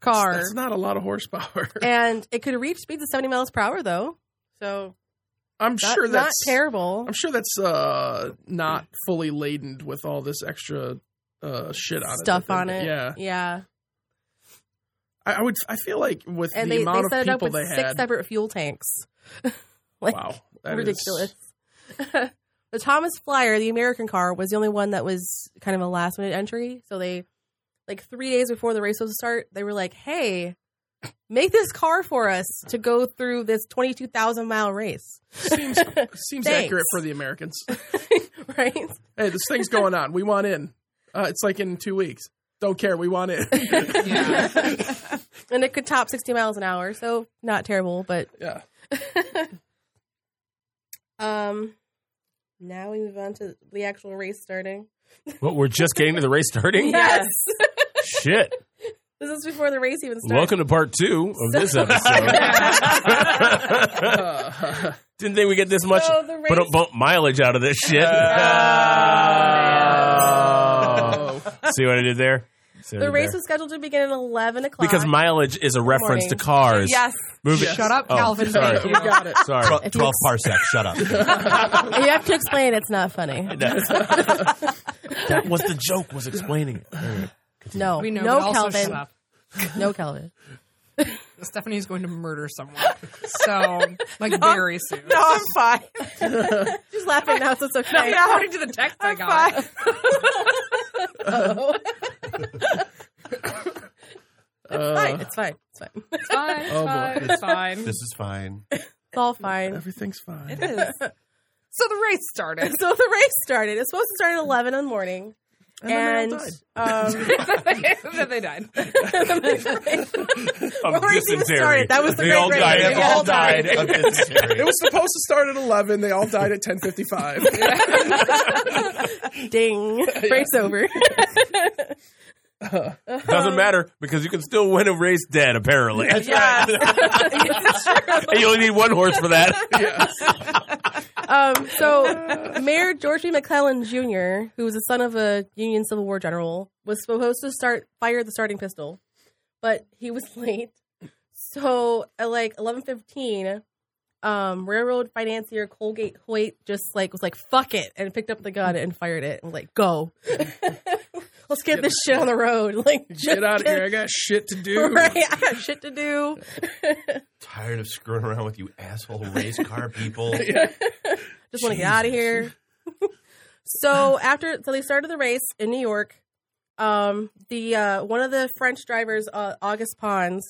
[SPEAKER 3] car
[SPEAKER 2] That's not a lot of horsepower.
[SPEAKER 3] and it could reach speeds of 70 miles per hour though so
[SPEAKER 2] I'm
[SPEAKER 3] not,
[SPEAKER 2] sure
[SPEAKER 3] not
[SPEAKER 2] that's
[SPEAKER 3] terrible
[SPEAKER 2] I'm sure that's uh, not fully laden with all this extra uh, shit on it.
[SPEAKER 3] stuff
[SPEAKER 2] that they-
[SPEAKER 3] on it.
[SPEAKER 2] Yeah,
[SPEAKER 3] yeah.
[SPEAKER 2] I, I would. I feel like with
[SPEAKER 3] And
[SPEAKER 2] the
[SPEAKER 3] they, they
[SPEAKER 2] amount
[SPEAKER 3] set
[SPEAKER 2] of
[SPEAKER 3] it up
[SPEAKER 2] people
[SPEAKER 3] with
[SPEAKER 2] they
[SPEAKER 3] six
[SPEAKER 2] had,
[SPEAKER 3] separate fuel tanks. like
[SPEAKER 2] wow, that is-
[SPEAKER 3] ridiculous. the Thomas Flyer, the American car, was the only one that was kind of a last minute entry. So they, like three days before the race was to start, they were like, "Hey, make this car for us to go through this twenty two thousand mile race."
[SPEAKER 2] seems seems
[SPEAKER 3] Thanks.
[SPEAKER 2] accurate for the Americans.
[SPEAKER 3] right?
[SPEAKER 2] hey, this thing's going on. We want in. Uh, it's like in two weeks. Don't care. We want in.
[SPEAKER 4] Yeah.
[SPEAKER 3] And it could top sixty miles an hour, so not terrible, but
[SPEAKER 2] yeah.
[SPEAKER 3] um. Now we move on to the actual race starting.
[SPEAKER 5] Well, we're just getting to the race starting. Shit.
[SPEAKER 3] This is before the race even starts.
[SPEAKER 5] Welcome to part two of this episode.
[SPEAKER 2] Uh,
[SPEAKER 5] Didn't think we get this much
[SPEAKER 3] So the race-
[SPEAKER 5] but mileage out of this shit.
[SPEAKER 2] oh.
[SPEAKER 5] See what I did there? See what I
[SPEAKER 3] The
[SPEAKER 5] did
[SPEAKER 3] race
[SPEAKER 5] there?
[SPEAKER 3] was scheduled to begin at 11 o'clock.
[SPEAKER 5] because mileage is a reference to cars.
[SPEAKER 1] Yes.
[SPEAKER 5] Move it.
[SPEAKER 4] Shut up,
[SPEAKER 5] Oh,
[SPEAKER 4] Calvin.
[SPEAKER 5] sorry.
[SPEAKER 4] Thank you.
[SPEAKER 2] we got it.
[SPEAKER 5] Sorry.
[SPEAKER 8] Twe- Twelve parsecs. Shut up.
[SPEAKER 3] you have to explain it's not funny.
[SPEAKER 5] that was the joke. Was explaining it. Anyway.
[SPEAKER 3] No,
[SPEAKER 4] We know.
[SPEAKER 3] no
[SPEAKER 4] but also
[SPEAKER 3] Kelvin,
[SPEAKER 4] shut up.
[SPEAKER 3] no Kelvin.
[SPEAKER 4] Stephanie's going to murder someone. So, like, very soon.
[SPEAKER 1] No, I'm fine.
[SPEAKER 3] She's laughing now, so it's okay.
[SPEAKER 4] Yeah, according to the text i
[SPEAKER 1] I'm
[SPEAKER 4] got.
[SPEAKER 1] fine.
[SPEAKER 3] Oh.
[SPEAKER 2] Uh,
[SPEAKER 3] Fine, It's fine. It's fine.
[SPEAKER 4] It's fine. It's
[SPEAKER 2] Oh, boy.
[SPEAKER 4] fine. It's fine.
[SPEAKER 8] This is fine.
[SPEAKER 3] It's all fine.
[SPEAKER 2] everything's fine.
[SPEAKER 1] It is.
[SPEAKER 4] So the race started.
[SPEAKER 3] so the race started. It's supposed to start at eleven in the morning,
[SPEAKER 2] then
[SPEAKER 3] and,
[SPEAKER 2] they all died.
[SPEAKER 3] um,
[SPEAKER 4] then they died.
[SPEAKER 3] Well, race even started. That was the
[SPEAKER 8] They
[SPEAKER 3] great
[SPEAKER 8] all
[SPEAKER 3] race.
[SPEAKER 8] died.
[SPEAKER 3] They
[SPEAKER 8] They
[SPEAKER 3] all
[SPEAKER 8] all died. of dysentery.
[SPEAKER 2] It was supposed to start at eleven. They all died at ten fifty five.
[SPEAKER 3] Ding. Race over.
[SPEAKER 5] Doesn't matter because you can still win a race dead. Apparently,
[SPEAKER 3] Yeah.
[SPEAKER 5] you only need one horse for that.
[SPEAKER 3] Um, so Mayor George B. McClellan Jr., who was the son of a Union Civil War general, was supposed to start fire the starting pistol, but he was late. So at like eleven fifteen, um, railroad financier Colgate Hoyt just like was like fuck it and picked up the gun and fired it and was like go. Let's get this shit on the road. Like just
[SPEAKER 2] Get out of here! I got shit to do.
[SPEAKER 3] Right, I got shit to do.
[SPEAKER 8] Tired of screwing around with you asshole race car people.
[SPEAKER 3] Just want to get out of here. so after, so they started the race in New York. Um, the uh, one of the French drivers, uh, August Pons,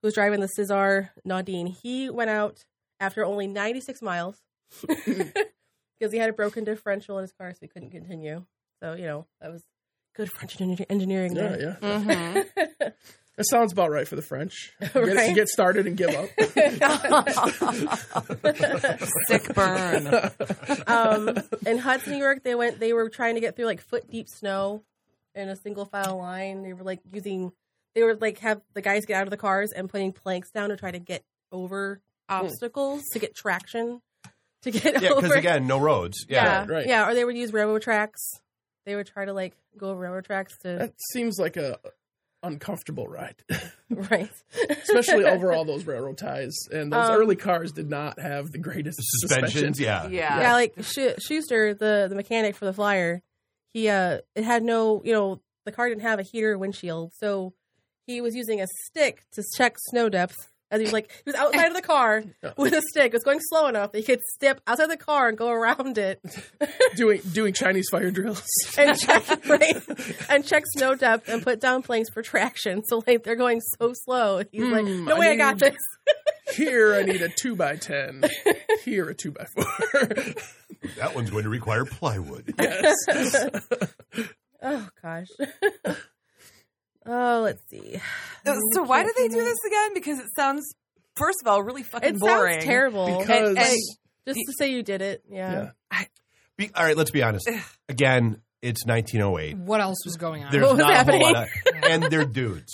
[SPEAKER 3] who was driving the Cesar Nadine, he went out after only 96 miles because he had a broken differential in his car, so he couldn't continue. So you know that was good French engineer- engineering.
[SPEAKER 2] Yeah,
[SPEAKER 3] there.
[SPEAKER 2] yeah.
[SPEAKER 4] Mm-hmm.
[SPEAKER 2] That sounds about right for the French. Get,
[SPEAKER 3] Right.
[SPEAKER 2] get started and give up.
[SPEAKER 1] Sick burn.
[SPEAKER 3] um, in Hudson, New York, they went. They were trying to get through like foot deep snow in a single file line. They were like using. They were like have the guys get out of the cars and putting planks down to try to get over obstacles to get traction to get
[SPEAKER 8] Yeah, because
[SPEAKER 3] over.
[SPEAKER 8] again, no roads. Yeah.
[SPEAKER 3] yeah,
[SPEAKER 2] right.
[SPEAKER 3] yeah, or they would use railroad tracks. They would try to like go over railroad tracks to
[SPEAKER 2] That seems like a uncomfortable ride,
[SPEAKER 3] right.
[SPEAKER 2] especially over all those railroad ties. And those
[SPEAKER 3] Um,
[SPEAKER 2] early cars did not have the greatest suspension.
[SPEAKER 8] Suspensions. Yeah.
[SPEAKER 1] Yeah.
[SPEAKER 3] yeah, like Sh- Schuster, the the mechanic for the Flyer, he uh, it had no, you know, the car didn't have a heater windshield, so he was using a stick to check snow depth. As he was like, he was outside of the car with a stick. It was going slow enough that he could step outside the car and go around it
[SPEAKER 2] Doing doing Chinese fire drills.
[SPEAKER 3] and check right, and check snow depth and put down planks for traction. So like they're going so slow. He's like,
[SPEAKER 2] Hmm,
[SPEAKER 3] no
[SPEAKER 2] I
[SPEAKER 3] way, I got
[SPEAKER 2] need-
[SPEAKER 3] this.
[SPEAKER 2] Here I need a two by ten. Here a two by four.
[SPEAKER 8] That one's going to require plywood.
[SPEAKER 3] Oh gosh. oh, let's see.
[SPEAKER 1] So why do they do this again? Because it sounds, first of all, really fucking
[SPEAKER 3] It
[SPEAKER 1] boring.
[SPEAKER 3] sounds terrible.
[SPEAKER 2] Because-
[SPEAKER 3] Like, just to say you did it, yeah.
[SPEAKER 2] Yeah.
[SPEAKER 8] Be, all right, let's be honest. Again, it's 1908.
[SPEAKER 4] What else was going on?
[SPEAKER 8] There's
[SPEAKER 3] was
[SPEAKER 8] not a
[SPEAKER 3] happening?
[SPEAKER 8] whole lot of, and they're dudes.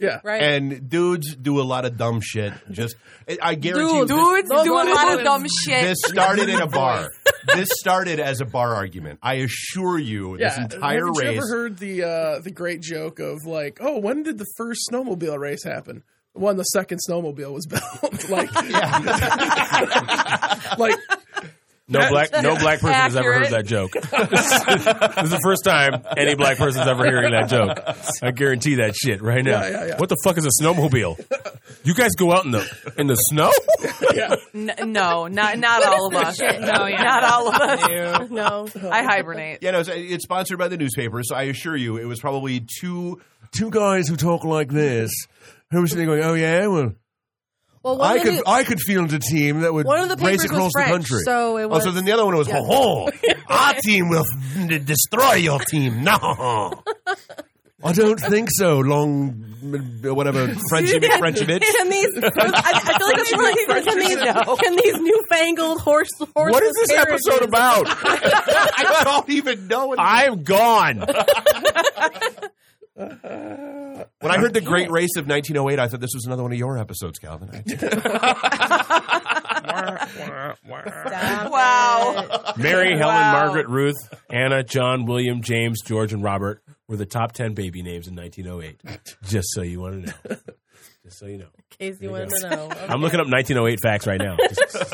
[SPEAKER 2] yeah.
[SPEAKER 3] Right.
[SPEAKER 8] And dudes do a lot of dumb shit. Just, I- I guarantee you,
[SPEAKER 1] Dudes, dudes do a lot of
[SPEAKER 4] Those-
[SPEAKER 1] dumb shit.
[SPEAKER 8] this started in a bar. This started as a bar argument. I assure you, this entire
[SPEAKER 2] Have you ever
[SPEAKER 8] race.
[SPEAKER 2] heard the uh, the great joke of like, oh, when did the first snowmobile race happen? When the second snowmobile was built, like, like
[SPEAKER 5] No black, no black person has ever heard
[SPEAKER 1] Accurate.
[SPEAKER 5] that joke. this is the first time any black person's ever hearing that joke. I guarantee that shit right now.
[SPEAKER 2] Yeah, yeah, yeah.
[SPEAKER 5] What the fuck is a snowmobile? You guys go out in the in the snow?
[SPEAKER 2] yeah,
[SPEAKER 1] N- no, not not all of us.
[SPEAKER 4] No, yeah.
[SPEAKER 1] Not all of us.
[SPEAKER 3] no.
[SPEAKER 1] I hibernate.
[SPEAKER 8] Yeah, no, it's, it's sponsored by the newspaper, so I assure you, it was probably two two guys who talk like this. Who was sitting there going, "Oh yeah, well,
[SPEAKER 3] Well, one,
[SPEAKER 8] I
[SPEAKER 3] of
[SPEAKER 8] could
[SPEAKER 3] the,
[SPEAKER 8] I could field a team that would
[SPEAKER 3] one of the
[SPEAKER 8] race
[SPEAKER 3] papers
[SPEAKER 8] across
[SPEAKER 3] was French,
[SPEAKER 8] the country."
[SPEAKER 3] so it
[SPEAKER 8] oh,
[SPEAKER 3] was.
[SPEAKER 8] so then the other one was, "Ho ho, our team will f- destroy your team." No, I don't think so. Long, whatever, Frenchy Frenchivich.
[SPEAKER 3] Can these? I, I feel like it's really like, can these, can these newfangled horse horses?
[SPEAKER 5] What is this episode about?
[SPEAKER 8] I don't even know. What
[SPEAKER 5] I'm gone.
[SPEAKER 8] When I heard the Great Race of 1908, I thought this was another one of your episodes, Calvin. I-
[SPEAKER 1] Wow.
[SPEAKER 5] Mary, Helen,
[SPEAKER 1] Wow.
[SPEAKER 5] Margaret, Ruth, Anna, John, William, James, George, and Robert were the top ten baby names in 1908. Just so you want to know. Just so you know.
[SPEAKER 3] In case you
[SPEAKER 5] There you
[SPEAKER 3] wanted to know.
[SPEAKER 5] I'm looking up 1908 facts right now. Just-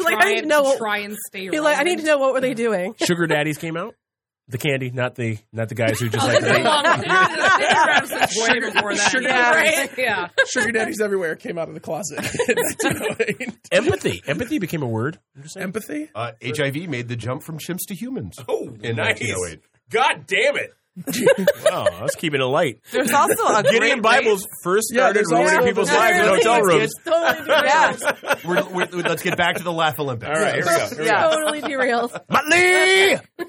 [SPEAKER 3] like, I need to know what-
[SPEAKER 4] Try and stay.
[SPEAKER 3] He's like, I need to know what were they doing.
[SPEAKER 5] Sugar daddies came out. The candy, not the not the guys who just
[SPEAKER 4] Oh,
[SPEAKER 5] like
[SPEAKER 4] this
[SPEAKER 5] to
[SPEAKER 4] is a
[SPEAKER 5] eat.
[SPEAKER 4] long one. This grabs us way before that.
[SPEAKER 2] sugar-
[SPEAKER 4] yeah,
[SPEAKER 1] right.
[SPEAKER 4] yeah.
[SPEAKER 2] Sugar daddies everywhere came out of the closet. in 1908.
[SPEAKER 5] empathy. Empathy became a word. I'm just saying.
[SPEAKER 2] Empathy.
[SPEAKER 8] Uh, HIV made the jump from chimps to humans.
[SPEAKER 5] Oh,
[SPEAKER 8] In
[SPEAKER 5] nice.
[SPEAKER 8] 1908.
[SPEAKER 5] God damn it. wow, I was keeping it light.
[SPEAKER 1] There's also a
[SPEAKER 5] Gideon
[SPEAKER 1] great
[SPEAKER 5] Bibles first
[SPEAKER 2] Yeah,
[SPEAKER 5] started
[SPEAKER 2] there's
[SPEAKER 5] ruining
[SPEAKER 2] also
[SPEAKER 5] people's
[SPEAKER 2] the-
[SPEAKER 5] lives in
[SPEAKER 3] Totally
[SPEAKER 5] hotel
[SPEAKER 3] derailed.
[SPEAKER 5] rooms.
[SPEAKER 3] Totally
[SPEAKER 1] race. Yeah.
[SPEAKER 3] derails.
[SPEAKER 8] We're, we're, let's get back to the Laugh Olympics.
[SPEAKER 2] All right, here we go. Here we
[SPEAKER 1] Yeah.
[SPEAKER 3] Totally derails.
[SPEAKER 8] Motley!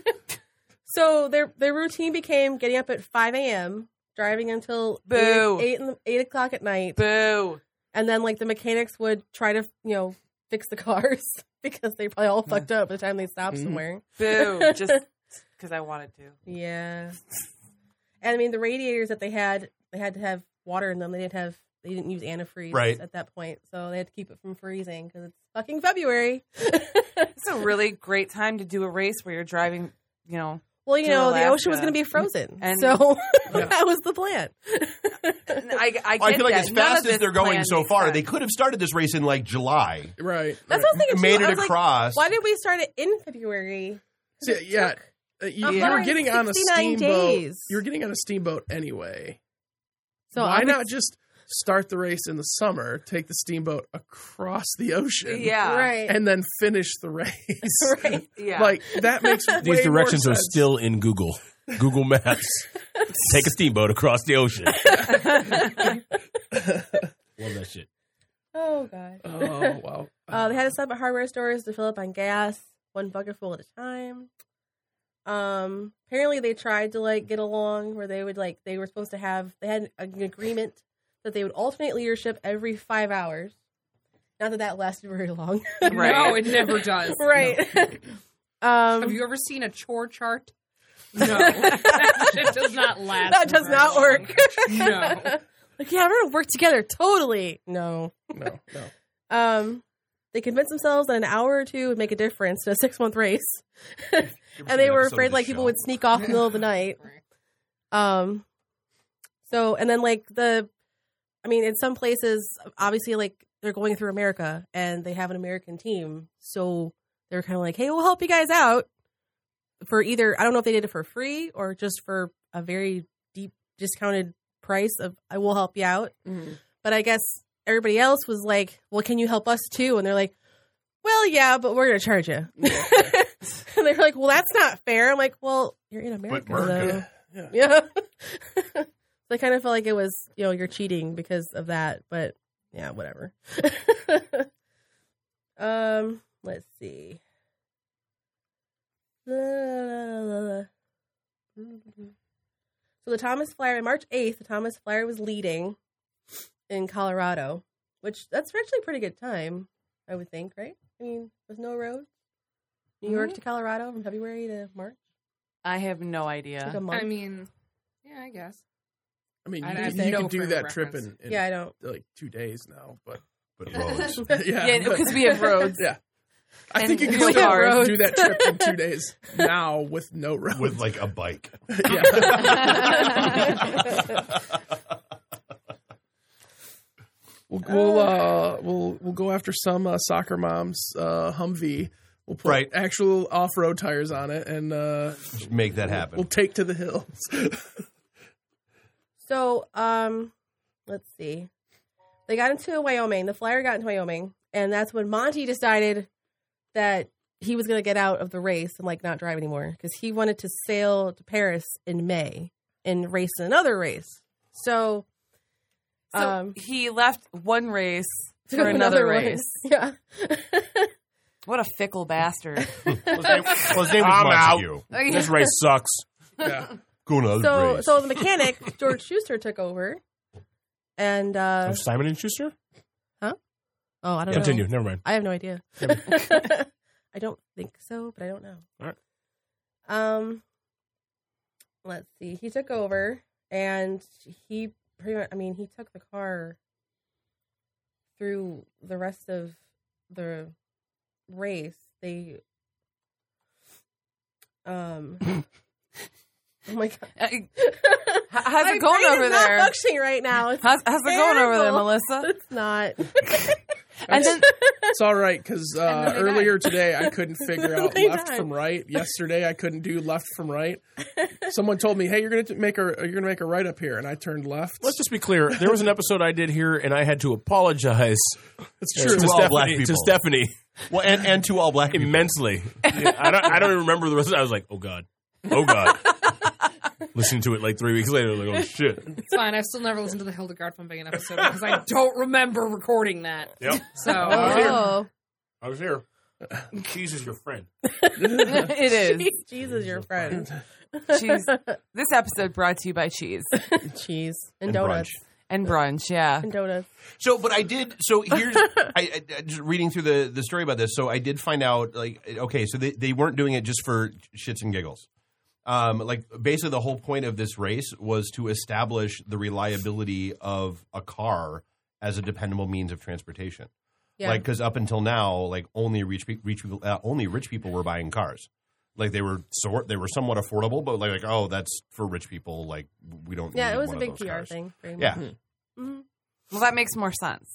[SPEAKER 3] So their their routine became getting up at five a.m., driving until
[SPEAKER 1] Boo.
[SPEAKER 3] eight eight, in the, eight o'clock at night,
[SPEAKER 1] Boo.
[SPEAKER 3] and then like the mechanics would try to you know fix the cars because they probably all fucked up by the time they stopped
[SPEAKER 2] Mhm.
[SPEAKER 3] somewhere.
[SPEAKER 1] Boo. Just because I wanted to.
[SPEAKER 3] Yeah, and I mean the radiators that they had, they had to have water in them. They didn't have, they didn't use antifreeze
[SPEAKER 8] Right.
[SPEAKER 3] at that point, so they had to keep it from freezing because it's fucking February.
[SPEAKER 1] It's a really great time to do a race where you're driving, you know,
[SPEAKER 3] well, you
[SPEAKER 1] To
[SPEAKER 3] know the
[SPEAKER 1] Alaska.
[SPEAKER 3] ocean was going to be frozen,
[SPEAKER 1] And-
[SPEAKER 3] so that was the plan.
[SPEAKER 1] And I, I, get
[SPEAKER 8] I feel like
[SPEAKER 1] that.
[SPEAKER 8] as
[SPEAKER 1] None
[SPEAKER 8] fast
[SPEAKER 1] of
[SPEAKER 8] as
[SPEAKER 1] this
[SPEAKER 8] they're going
[SPEAKER 1] plan
[SPEAKER 8] so
[SPEAKER 1] makes
[SPEAKER 8] far,
[SPEAKER 1] sense.
[SPEAKER 8] they could have started this race in like July.
[SPEAKER 2] go. Right.
[SPEAKER 3] That's what I was thinking.
[SPEAKER 8] Made
[SPEAKER 3] too. I
[SPEAKER 8] it
[SPEAKER 3] was like,
[SPEAKER 8] across.
[SPEAKER 3] Why did we start it in February?
[SPEAKER 2] So, yeah. uh, You,
[SPEAKER 3] a
[SPEAKER 2] you
[SPEAKER 3] hundred
[SPEAKER 2] were
[SPEAKER 3] and
[SPEAKER 2] getting on a
[SPEAKER 3] 69
[SPEAKER 2] steamboat.
[SPEAKER 3] days.
[SPEAKER 2] You were getting on a steamboat anyway.
[SPEAKER 3] So
[SPEAKER 2] Why
[SPEAKER 3] I would-
[SPEAKER 2] not just start the race in the summer, take the steamboat across the ocean,
[SPEAKER 1] Yeah.
[SPEAKER 3] Right.
[SPEAKER 2] and then finish the race?
[SPEAKER 3] right.
[SPEAKER 1] Yeah.
[SPEAKER 2] Like that makes way
[SPEAKER 5] These
[SPEAKER 2] more
[SPEAKER 5] directions are
[SPEAKER 2] sense.
[SPEAKER 5] still in Google. Google Maps. Take a steamboat across the ocean. Love that shit.
[SPEAKER 3] Oh god.
[SPEAKER 2] Oh wow!
[SPEAKER 3] Uh, they had to stop at hardware stores to fill up on gas, one bucket full at a time. Um, apparently they tried to like get along where they would like they were supposed to have they had an agreement that they would alternate leadership every five hours. Not that that lasted very long,
[SPEAKER 1] Right.
[SPEAKER 4] No, it never does.
[SPEAKER 3] right?
[SPEAKER 4] Have
[SPEAKER 3] um,
[SPEAKER 4] you ever seen a chore chart? No, it does not last.
[SPEAKER 3] that does
[SPEAKER 4] very
[SPEAKER 3] not
[SPEAKER 4] long.
[SPEAKER 3] work.
[SPEAKER 4] No.
[SPEAKER 3] like, yeah, we're gonna work together. Totally. No.
[SPEAKER 2] no, no.
[SPEAKER 3] Um, they convinced themselves that an hour or two would make a difference to a six month race, and they were afraid like people would sneak off in the middle of the night. Um, so and then like the, I mean, in some places, obviously, like they're going through America and they have an American team, so they're kind of like, hey, we'll help you guys out for either I don't know if they did it for free or just for a very deep discounted price of I will help you out
[SPEAKER 4] Mm-hmm.
[SPEAKER 3] but I guess everybody else was like, "Well, can you help us too?" And they're like, "Well, yeah, but we're gonna charge you." and they're like, "Well, that's not fair." I'm like, "Well, you're in America,
[SPEAKER 8] America.
[SPEAKER 3] though." Yeah. So I kind of felt like it was, you know, you're cheating because of that, but yeah, whatever. um, let's see. La, la, la, la, la. So the Thomas Flyer, on March 8th, the Thomas Flyer was leading in Colorado, which that's actually a pretty good time, I would think, right? I mean, with no roads, New
[SPEAKER 4] Mm-hmm.
[SPEAKER 3] York to Colorado from February to March,
[SPEAKER 1] I have no
[SPEAKER 3] It's like
[SPEAKER 1] idea.
[SPEAKER 3] a month.
[SPEAKER 4] I mean, yeah, I guess.
[SPEAKER 2] I mean,
[SPEAKER 4] I
[SPEAKER 2] you,
[SPEAKER 4] have
[SPEAKER 2] can-
[SPEAKER 4] no
[SPEAKER 2] you can do
[SPEAKER 4] frame of
[SPEAKER 2] that trip in,
[SPEAKER 4] reference.
[SPEAKER 2] in
[SPEAKER 3] yeah, I don't.
[SPEAKER 2] like two days now, but
[SPEAKER 8] But roads.
[SPEAKER 2] yeah,
[SPEAKER 1] Yeah,
[SPEAKER 2] but-
[SPEAKER 1] because we have roads.
[SPEAKER 2] Yeah. I
[SPEAKER 1] And
[SPEAKER 2] think you can
[SPEAKER 1] we
[SPEAKER 2] still
[SPEAKER 1] have roads.
[SPEAKER 2] do that trip in two days now with no roads.
[SPEAKER 8] with like a bike.
[SPEAKER 2] yeah. we'll we'll uh, we'll we'll go after some uh, soccer mom's uh, Humvee. We'll put
[SPEAKER 8] Right.
[SPEAKER 2] actual off-road tires on it, and uh,
[SPEAKER 8] Just Make that
[SPEAKER 2] we'll
[SPEAKER 8] happen.
[SPEAKER 2] take to the hills.
[SPEAKER 3] So, um, let's see. They got into Wyoming. The flyer got into Wyoming, and that's when Monty decided that he was going to get out of the race and like not drive anymore because he wanted to sail to Paris in May and race another race. So,
[SPEAKER 1] So
[SPEAKER 3] um,
[SPEAKER 1] he left one race for another
[SPEAKER 3] one.
[SPEAKER 1] race.
[SPEAKER 3] yeah.
[SPEAKER 1] What a fickle bastard.
[SPEAKER 8] Well, his name, well, his name was
[SPEAKER 5] I'm
[SPEAKER 8] Montague.
[SPEAKER 5] This race sucks.
[SPEAKER 2] yeah.
[SPEAKER 8] Going to
[SPEAKER 3] So,
[SPEAKER 8] other race.
[SPEAKER 3] so the mechanic George Schuster took over, and uh,
[SPEAKER 5] Of Simon and Schuster?
[SPEAKER 3] oh, I don't know.
[SPEAKER 5] Continue. Never mind.
[SPEAKER 3] I have no idea. I don't think so, but I don't know.
[SPEAKER 5] All right.
[SPEAKER 3] Um, let's see. He took over, and he pretty much. I mean, he took the car through the rest of the race. They, um, Oh my god.
[SPEAKER 1] How- How's
[SPEAKER 3] my
[SPEAKER 1] it going
[SPEAKER 3] brain
[SPEAKER 1] over
[SPEAKER 3] is not
[SPEAKER 1] there?
[SPEAKER 3] functioning right now. It's
[SPEAKER 1] How's, how's it going over there,
[SPEAKER 3] terrible.
[SPEAKER 1] Melissa?
[SPEAKER 3] It's not.
[SPEAKER 1] And then
[SPEAKER 2] It's all right because uh,
[SPEAKER 4] then they
[SPEAKER 2] earlier today I couldn't figure out
[SPEAKER 3] They
[SPEAKER 2] left
[SPEAKER 3] died.
[SPEAKER 2] from right. Yesterday I couldn't do left from right. Someone told me, "Hey, you're gonna t- make a you're gonna make a right up here," and I turned left.
[SPEAKER 5] Let's just be clear. There was an episode I did here, and I had to apologize
[SPEAKER 2] That's
[SPEAKER 5] to,
[SPEAKER 2] true.
[SPEAKER 8] all
[SPEAKER 5] Stephanie,
[SPEAKER 8] black
[SPEAKER 5] to
[SPEAKER 8] people.
[SPEAKER 5] Stephanie
[SPEAKER 8] Well, and, and to all black people.
[SPEAKER 5] immensely. Yeah, I, don't, I don't even remember the rest. Of it. I was like, oh god, oh god. Listening to it like three weeks later, I was like, oh shit.
[SPEAKER 4] It's fine. I've still never listened to the Hildegard von Bingen episode because I don't remember recording that.
[SPEAKER 5] Yep.
[SPEAKER 4] So
[SPEAKER 3] Oh,
[SPEAKER 5] I was here. Jesus, your friend.
[SPEAKER 1] it is.
[SPEAKER 3] Jesus, your friend.
[SPEAKER 1] Cheese. This episode brought to you by cheese
[SPEAKER 3] Cheese and,
[SPEAKER 8] And
[SPEAKER 3] donuts
[SPEAKER 1] and brunch. Yeah.
[SPEAKER 3] and donuts.
[SPEAKER 8] So, but I did. So here's I, I- I- just reading through the the story about this. So I did find out like okay, so they they weren't doing it just for shits and giggles. Um, like basically the whole point of this race was to establish the reliability of a car as a dependable means of transportation.
[SPEAKER 3] Yeah.
[SPEAKER 8] Like because up until now, like only rich pe- rich people, uh, only rich people were buying cars. Like they were sort, they were somewhat affordable, but like, like oh, that's for rich people. Like we don't.
[SPEAKER 3] yeah,
[SPEAKER 8] need
[SPEAKER 3] it was a
[SPEAKER 8] one of
[SPEAKER 3] big
[SPEAKER 8] those
[SPEAKER 3] PR
[SPEAKER 8] cars.
[SPEAKER 3] thing. Very much.
[SPEAKER 8] Yeah,
[SPEAKER 3] Mhm.
[SPEAKER 1] Well, that makes more sense.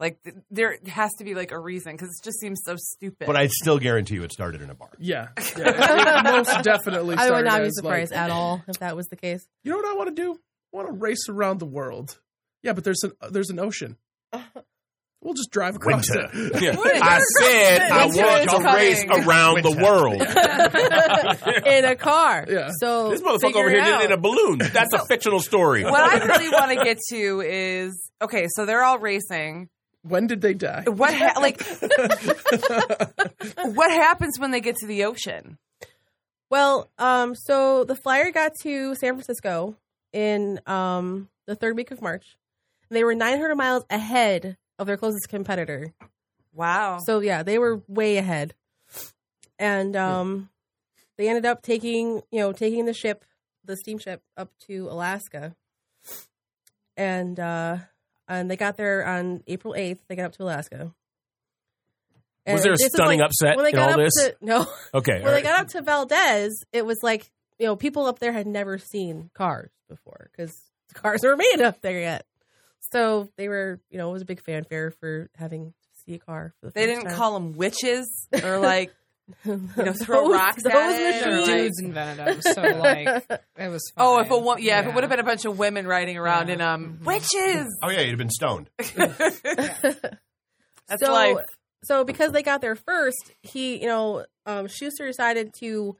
[SPEAKER 1] Like th- there has to be like a reason because it just seems so stupid.
[SPEAKER 8] but I still guarantee you, it started in a bar.
[SPEAKER 2] Yeah, yeah. It most definitely.
[SPEAKER 3] I would
[SPEAKER 2] started
[SPEAKER 3] not be
[SPEAKER 2] as,
[SPEAKER 3] surprised
[SPEAKER 2] like,
[SPEAKER 3] at all if that was the case.
[SPEAKER 2] You know what I want to do? I want to race around the world. Yeah, but there's an uh, there's an ocean. We'll just drive across
[SPEAKER 8] Winter.
[SPEAKER 2] it.
[SPEAKER 5] Yeah. I said I
[SPEAKER 1] Winter is
[SPEAKER 5] want to
[SPEAKER 1] coming.
[SPEAKER 5] race around the world.
[SPEAKER 3] in a car.
[SPEAKER 2] Yeah.
[SPEAKER 3] So
[SPEAKER 5] This motherfucker
[SPEAKER 3] figure
[SPEAKER 5] over here
[SPEAKER 3] it
[SPEAKER 5] did it in a
[SPEAKER 3] out.
[SPEAKER 5] balloon. That's a fictional story.
[SPEAKER 1] what I really want to get to is okay. So they're all racing.
[SPEAKER 2] When did they die?
[SPEAKER 1] What ha- like what happens when they get to the ocean?
[SPEAKER 3] Well, um, so the flyer got to San Francisco in um, the third week of March. They were 900 miles ahead of their closest competitor.
[SPEAKER 1] Wow.
[SPEAKER 3] So yeah, they were way ahead, and um, they ended up taking you know taking the ship, the steamship up to Alaska, and uh, and they got there on April eighth. They got up to Alaska.
[SPEAKER 5] Was there a
[SPEAKER 3] this is,
[SPEAKER 5] stunning upset
[SPEAKER 3] when they
[SPEAKER 5] in
[SPEAKER 3] got
[SPEAKER 5] all
[SPEAKER 3] up
[SPEAKER 5] this?
[SPEAKER 3] to- no,
[SPEAKER 5] okay.
[SPEAKER 3] when they got up to Valdez, it was like you know people up there had never seen cars before because the cars were made up there yet. So they were, you know, it was a big fanfare for having to see a car. For the
[SPEAKER 1] they
[SPEAKER 3] first
[SPEAKER 1] didn't
[SPEAKER 3] time.
[SPEAKER 1] call them witches or like
[SPEAKER 3] you
[SPEAKER 1] know, throw rocks at it or,
[SPEAKER 4] they're
[SPEAKER 1] like-
[SPEAKER 4] dudes invented them. So like it was. Fine.
[SPEAKER 1] oh if a wo- yeah, if it would have been a bunch of women riding around in um witches.
[SPEAKER 8] Oh yeah, you'd have been stoned.
[SPEAKER 1] That's
[SPEAKER 3] so,
[SPEAKER 1] life.
[SPEAKER 3] So because they got there first, he, you know, um, Schuster decided to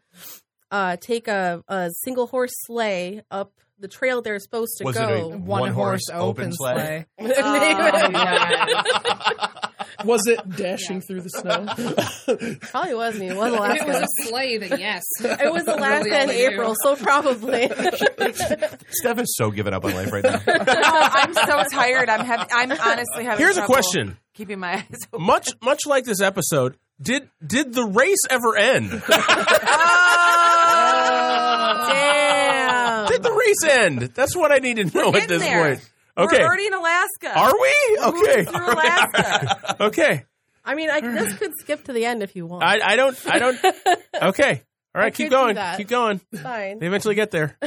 [SPEAKER 3] uh, take a, a single horse sleigh up the trail they're supposed to
[SPEAKER 8] Was it
[SPEAKER 3] go.
[SPEAKER 8] a-
[SPEAKER 4] one,
[SPEAKER 8] One
[SPEAKER 4] horse,
[SPEAKER 8] horse
[SPEAKER 4] open
[SPEAKER 8] open
[SPEAKER 4] sleigh.
[SPEAKER 2] Was it dashing through the snow?
[SPEAKER 3] probably wasn't. It was
[SPEAKER 4] if it was
[SPEAKER 3] Alaska.
[SPEAKER 4] a sleigh, then yes.
[SPEAKER 3] It was Alaska in
[SPEAKER 4] Really, all
[SPEAKER 3] April,
[SPEAKER 4] you-
[SPEAKER 3] so probably.
[SPEAKER 8] Steph is so given up on life right now.
[SPEAKER 1] Oh, I'm so tired. I'm having. I'm honestly having.
[SPEAKER 5] Here's a
[SPEAKER 1] trouble
[SPEAKER 5] question.
[SPEAKER 1] Keeping my eyes open.
[SPEAKER 5] Much much like this episode, did did the race ever end?
[SPEAKER 3] Damn.
[SPEAKER 5] Ah! Did the race end? That's what I need to know
[SPEAKER 1] We're
[SPEAKER 5] at
[SPEAKER 1] in
[SPEAKER 5] this
[SPEAKER 1] there.
[SPEAKER 5] point. Okay.
[SPEAKER 1] We're already in Alaska.
[SPEAKER 5] Are we?
[SPEAKER 1] We're moving
[SPEAKER 5] Okay.
[SPEAKER 1] Through Alaska.
[SPEAKER 5] Okay.
[SPEAKER 3] I mean, I this could skip to the end if you want.
[SPEAKER 5] I, I don't I don't Okay. All right,
[SPEAKER 3] I could
[SPEAKER 5] keep
[SPEAKER 3] do
[SPEAKER 5] going.
[SPEAKER 3] that.
[SPEAKER 5] Keep going.
[SPEAKER 3] Fine.
[SPEAKER 5] They eventually get there.